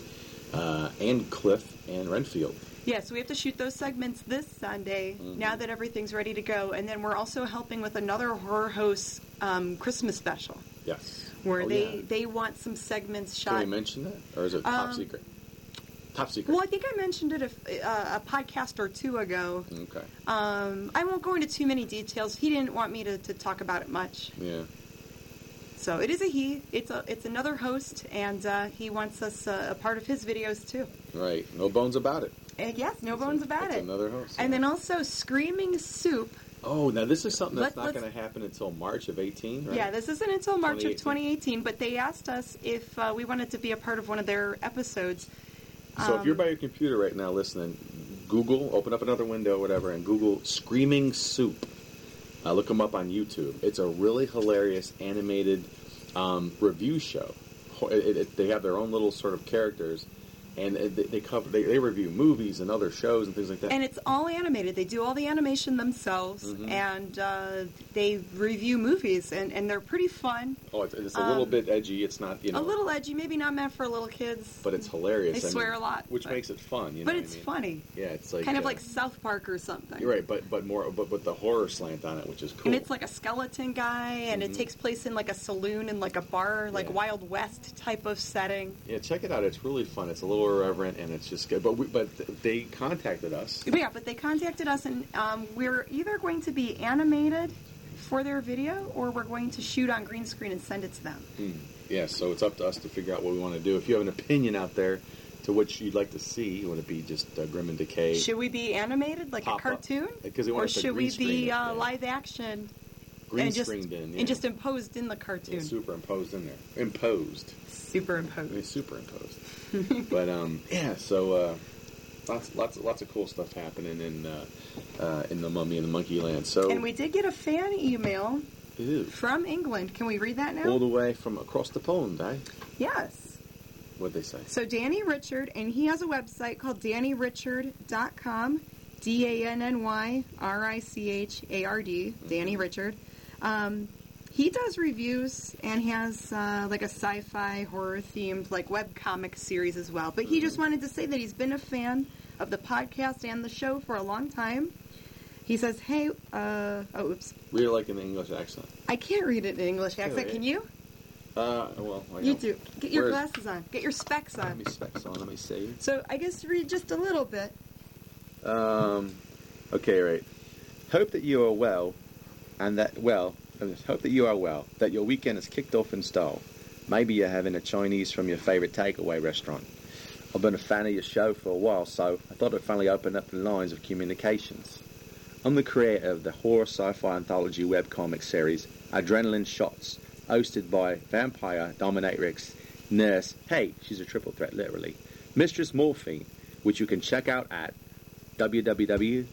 Speaker 1: uh, and Cliff and Renfield.
Speaker 2: Yeah, so we have to shoot those segments this Sunday
Speaker 1: Mm-hmm.
Speaker 2: now that everything's ready to go. And then we're also helping with another horror host um, Christmas special
Speaker 1: Yes.
Speaker 2: where
Speaker 1: Oh,
Speaker 2: they,
Speaker 1: yeah.
Speaker 2: they want some segments
Speaker 1: Did
Speaker 2: shot.
Speaker 1: we mention that, or is it top
Speaker 2: Um,
Speaker 1: secret? Top secret.
Speaker 2: well, I think I mentioned it a, uh, a podcast or two ago.
Speaker 1: Okay.
Speaker 2: Um, I won't go into too many details. He didn't want me to, to talk about it much.
Speaker 1: Yeah.
Speaker 2: So it is a he. It's a it's another host, and uh, he wants us uh, a part of his videos too.
Speaker 1: Right. No bones about it.
Speaker 2: And yes, no bones about
Speaker 1: That's
Speaker 2: it.
Speaker 1: Another host.
Speaker 2: And then also screaming soup.
Speaker 1: Oh, now this is something that's
Speaker 2: Let-
Speaker 1: not
Speaker 2: let's-
Speaker 1: going to happen until March of 18, right?
Speaker 2: Yeah, this isn't until March of
Speaker 1: 2018.
Speaker 2: 2018, but they asked us if uh, we wanted to be a part of one of their episodes.
Speaker 1: So if you're
Speaker 2: um,
Speaker 1: by your computer right now listening, Google, open up another window, whatever, and Google "screaming soup." Uh, look them up on YouTube. It's a really hilarious animated um, review show. Ho- It, it, they have their own little sort of characters, and it- they, they cover they, they review movies and other shows and things like that.
Speaker 2: And it's all animated. They do all the animation themselves,
Speaker 1: Mm-hmm.
Speaker 2: and uh, they review movies, and, and they're pretty fun.
Speaker 1: oh, it's, it's a little
Speaker 2: um,
Speaker 1: bit edgy. It's not you know,
Speaker 2: A little edgy, maybe not meant for little kids,
Speaker 1: but it's hilarious.
Speaker 2: They swear a lot,
Speaker 1: which
Speaker 2: but-
Speaker 1: makes it fun. You know
Speaker 2: but
Speaker 1: what I
Speaker 2: it's
Speaker 1: mean?
Speaker 2: funny.
Speaker 1: Yeah, it's like
Speaker 2: kind of
Speaker 1: uh,
Speaker 2: like South Park or something.
Speaker 1: You're right, but but more but with the horror slant on it, which is cool. Mm-hmm.
Speaker 2: And it's like a skeleton guy, and it takes place in like a saloon and like a bar, like
Speaker 1: Yeah.
Speaker 2: Wild West type of setting.
Speaker 1: yeah, check it out. It's really fun. It's a little irreverent, and it's just good. But we, but they contacted us.
Speaker 2: Yeah, but they contacted us, and um, we're either going to be animated for their video, or we're going to shoot on green screen and send it to them.
Speaker 1: Yeah, so it's up to us to figure out what we want to do. If you have an opinion out there to what you'd like to see, would it be just uh, Grim and Decay?
Speaker 2: Should we be animated like
Speaker 1: Pop
Speaker 2: a
Speaker 1: up.
Speaker 2: cartoon,
Speaker 1: 'Cause they want
Speaker 2: or
Speaker 1: us to
Speaker 2: should
Speaker 1: green
Speaker 2: we
Speaker 1: screen
Speaker 2: be
Speaker 1: it,
Speaker 2: uh,
Speaker 1: yeah.
Speaker 2: live action
Speaker 1: Green
Speaker 2: and just
Speaker 1: screened in, yeah.
Speaker 2: and just imposed in the
Speaker 1: Yeah,
Speaker 2: cartoon,
Speaker 1: superimposed in there, imposed. I mean,
Speaker 2: superimposed?
Speaker 1: superimposed. but um, yeah, so uh, lots lots lots of cool stuff happening in uh, uh, in the Mummy and the Monkey Land. So
Speaker 2: And we did get a fan email
Speaker 1: Ew.
Speaker 2: from England. Can we read that now?
Speaker 1: all the way from across the pond, eh?
Speaker 2: yes.
Speaker 1: What'd they say?
Speaker 2: So Danny Richard, and he has a website called DannyRichard.com, D A N N Y R I C H A R D, Danny Richard. Um, he does reviews and has uh, like a sci-fi horror themed like web comic series as well. But he just wanted to say that he's been a fan of the podcast and the show for a long time. He says, "Hey, uh, oh, oops,
Speaker 1: Read it like an English accent.
Speaker 2: I can't read it in English accent.
Speaker 1: yeah.
Speaker 2: Can you?
Speaker 1: Uh, well, I
Speaker 2: You
Speaker 1: don't-
Speaker 2: do. Get your
Speaker 1: Where-
Speaker 2: glasses on. Get your specs
Speaker 1: Let
Speaker 2: on."
Speaker 1: me specs on. Let me see.
Speaker 2: So I guess read just a little bit.
Speaker 1: Um, okay, right. Hope that you are well, and that well. Hope that you are well. That your weekend is kicked off in style. Maybe you're having a Chinese from your favourite takeaway restaurant. I've been a fan of your show for a while, so I thought I'd finally open up the lines of communications. I'm the creator of the horror sci-fi anthology webcomic series Adrenaline Shots, hosted by vampire dominatrix nurse, hey, she's a triple threat literally, Mistress Morphine, which you can check out at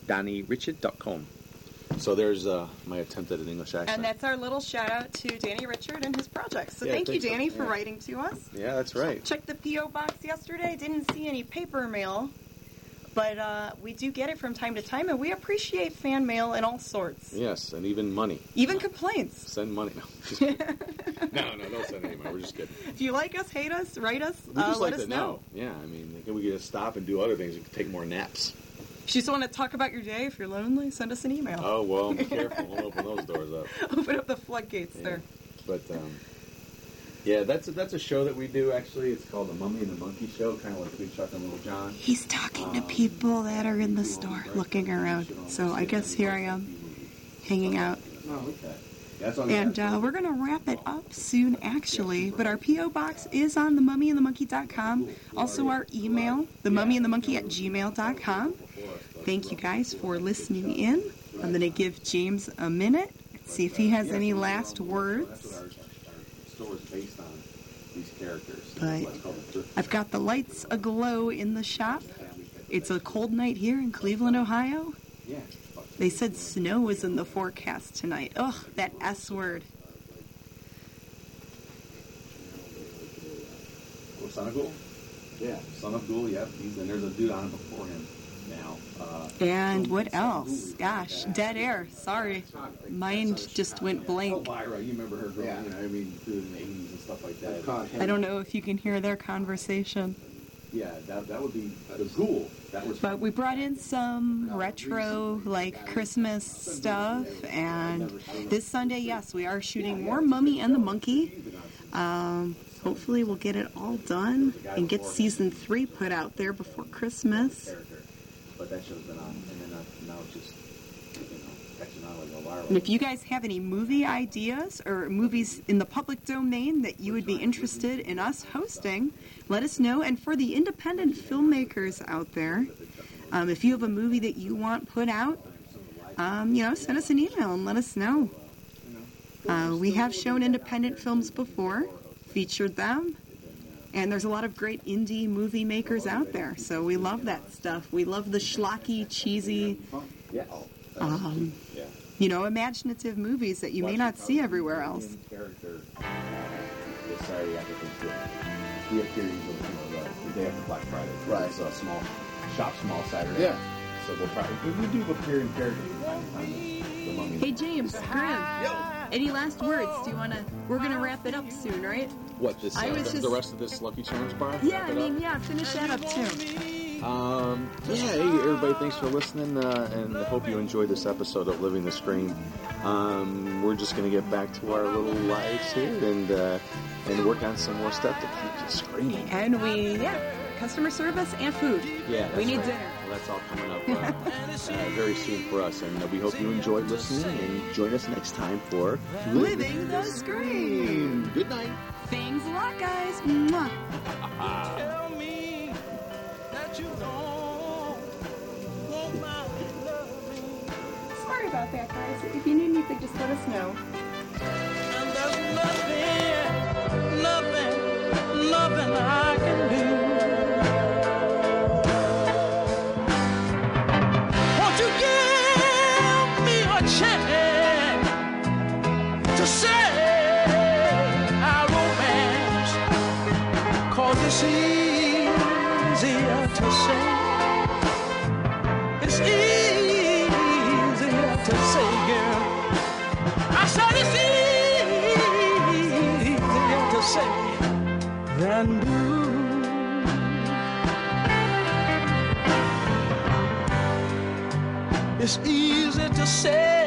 Speaker 1: www.dannyrichard.com. So there's uh, my attempt at an English accent.
Speaker 2: And that's our little shout out to Danny Richard and his projects. So
Speaker 1: Yeah,
Speaker 2: thank you,
Speaker 1: thanks,
Speaker 2: Danny,
Speaker 1: uh,
Speaker 2: for
Speaker 1: yeah.
Speaker 2: writing to us.
Speaker 1: yeah, that's right.
Speaker 2: Checked the P.O. box yesterday. Didn't see any paper mail, but uh, we do get it from time to time, and we appreciate fan mail in all sorts,
Speaker 1: Yes, and even money.
Speaker 2: even complaints.
Speaker 1: Send money. No, just kidding. no, no, don't send any money. We're just kidding.
Speaker 2: If you like us, hate us, write us,
Speaker 1: We
Speaker 2: uh,
Speaker 1: just
Speaker 2: let
Speaker 1: like
Speaker 2: us
Speaker 1: to
Speaker 2: know.
Speaker 1: know. Yeah, I mean, we could just stop and do other things. We could take more naps.
Speaker 2: If you just want to talk about your day, if you're lonely, send us an email.
Speaker 1: Oh well, be careful. Don't open those doors up.
Speaker 2: Open up the floodgates
Speaker 1: Yeah.
Speaker 2: there.
Speaker 1: But um, yeah, that's a, that's a show that we do. Actually, it's called The Mummy and the Monkey Show, kind of like Big Chuck and Little John.
Speaker 2: He's talking to people that are in the store looking around. So I guess here I am hanging out.
Speaker 1: Oh, okay. That's on the-
Speaker 2: And uh, we're going to wrap it up soon, actually. But our P.O. box is on themummyandthemonkey.com. Also, our email, themummyandthemonkey at gmail.com. uh, Thank you guys for listening in. I'm going to give James a minute, see if he has any
Speaker 1: um,
Speaker 2: last words. But I've got the lights aglow in the shop. It's a cold night here in Cleveland, Ohio. They said snow was in the forecast tonight. Ugh, that S word.
Speaker 1: Oh, Son of Ghoul? Yeah, Son of Ghoul, yep. He's, and there's a dude on it before him now. Uh,
Speaker 2: And what else? Gosh, dead air. Sorry. Mind just went blank.
Speaker 1: Elvira, you remember her growing, you know, I mean, through the 80s and stuff like that.
Speaker 2: I don't know if you can hear their conversation.
Speaker 1: yeah, that, that would be the ghoul. That was
Speaker 2: But we brought in some retro, like Christmas stuff, and this Sunday, yes, we are shooting more Mummy and the Monkey. Um, hopefully, we'll get it all done and get season three put out there before Christmas.
Speaker 1: character. But that show's been on, and then uh, now it's just, you know, that's not like a viral.
Speaker 2: And if you guys have any movie ideas or movies in the public domain that you would be interested in us hosting, let us know. And for the independent filmmakers out there, um, if you have a movie that you want put out, um, you know, send us an email and let us know. Uh, we have shown independent films before, featured them, and there's a lot of great indie movie makers out there. So we love that stuff. We love the schlocky, cheesy,
Speaker 1: Yes.
Speaker 2: um,
Speaker 1: Yeah.
Speaker 2: you know, imaginative movies that you may not see everywhere else.
Speaker 1: Character. Uh, Saturday Africans do it. We have here usually you know, the- the day after Black Friday.
Speaker 6: Right.
Speaker 1: It's a small shop, small Saturday.
Speaker 6: Yeah.
Speaker 1: So we'll probably we do appear in character from time to time. The mummy.
Speaker 7: Hey James, Grim. Any last words? Do you wanna? We're gonna wrap it up soon, right?
Speaker 1: What this?
Speaker 7: I
Speaker 1: Uh,
Speaker 7: was
Speaker 1: the,
Speaker 7: just-
Speaker 1: the rest of this Lucky Charms bar.
Speaker 7: Yeah,
Speaker 1: Wrap
Speaker 7: I
Speaker 1: it
Speaker 7: mean, yeah. Finish that up too.
Speaker 1: up? Um, yeah. Hey, everybody! Thanks for listening, uh, and I hope you enjoyed this episode of Living the Scream. Um, we're just gonna get back to our little lives here and uh, and work on some more stuff to keep you screaming.
Speaker 2: And we, yeah, customer service and food.
Speaker 1: Yeah, that's
Speaker 2: We need
Speaker 1: right.
Speaker 2: dinner.
Speaker 1: Well, that's all coming up uh, uh, very soon for us, and uh, we hope you enjoyed listening and join us next time for
Speaker 2: Living the Scream.
Speaker 1: Good night.
Speaker 2: Thanks a lot, guys. Mwah.
Speaker 4: Tell me that you don't want my loving.
Speaker 2: Sorry about that, guys. If you need anything, just let us know.
Speaker 4: And there's nothing, nothing, nothing I can do. Won't you give me a chance to save our romance? 'Cause it's easier to say. It's easier to say, girl. I said it's easier to say than do. It's easy to say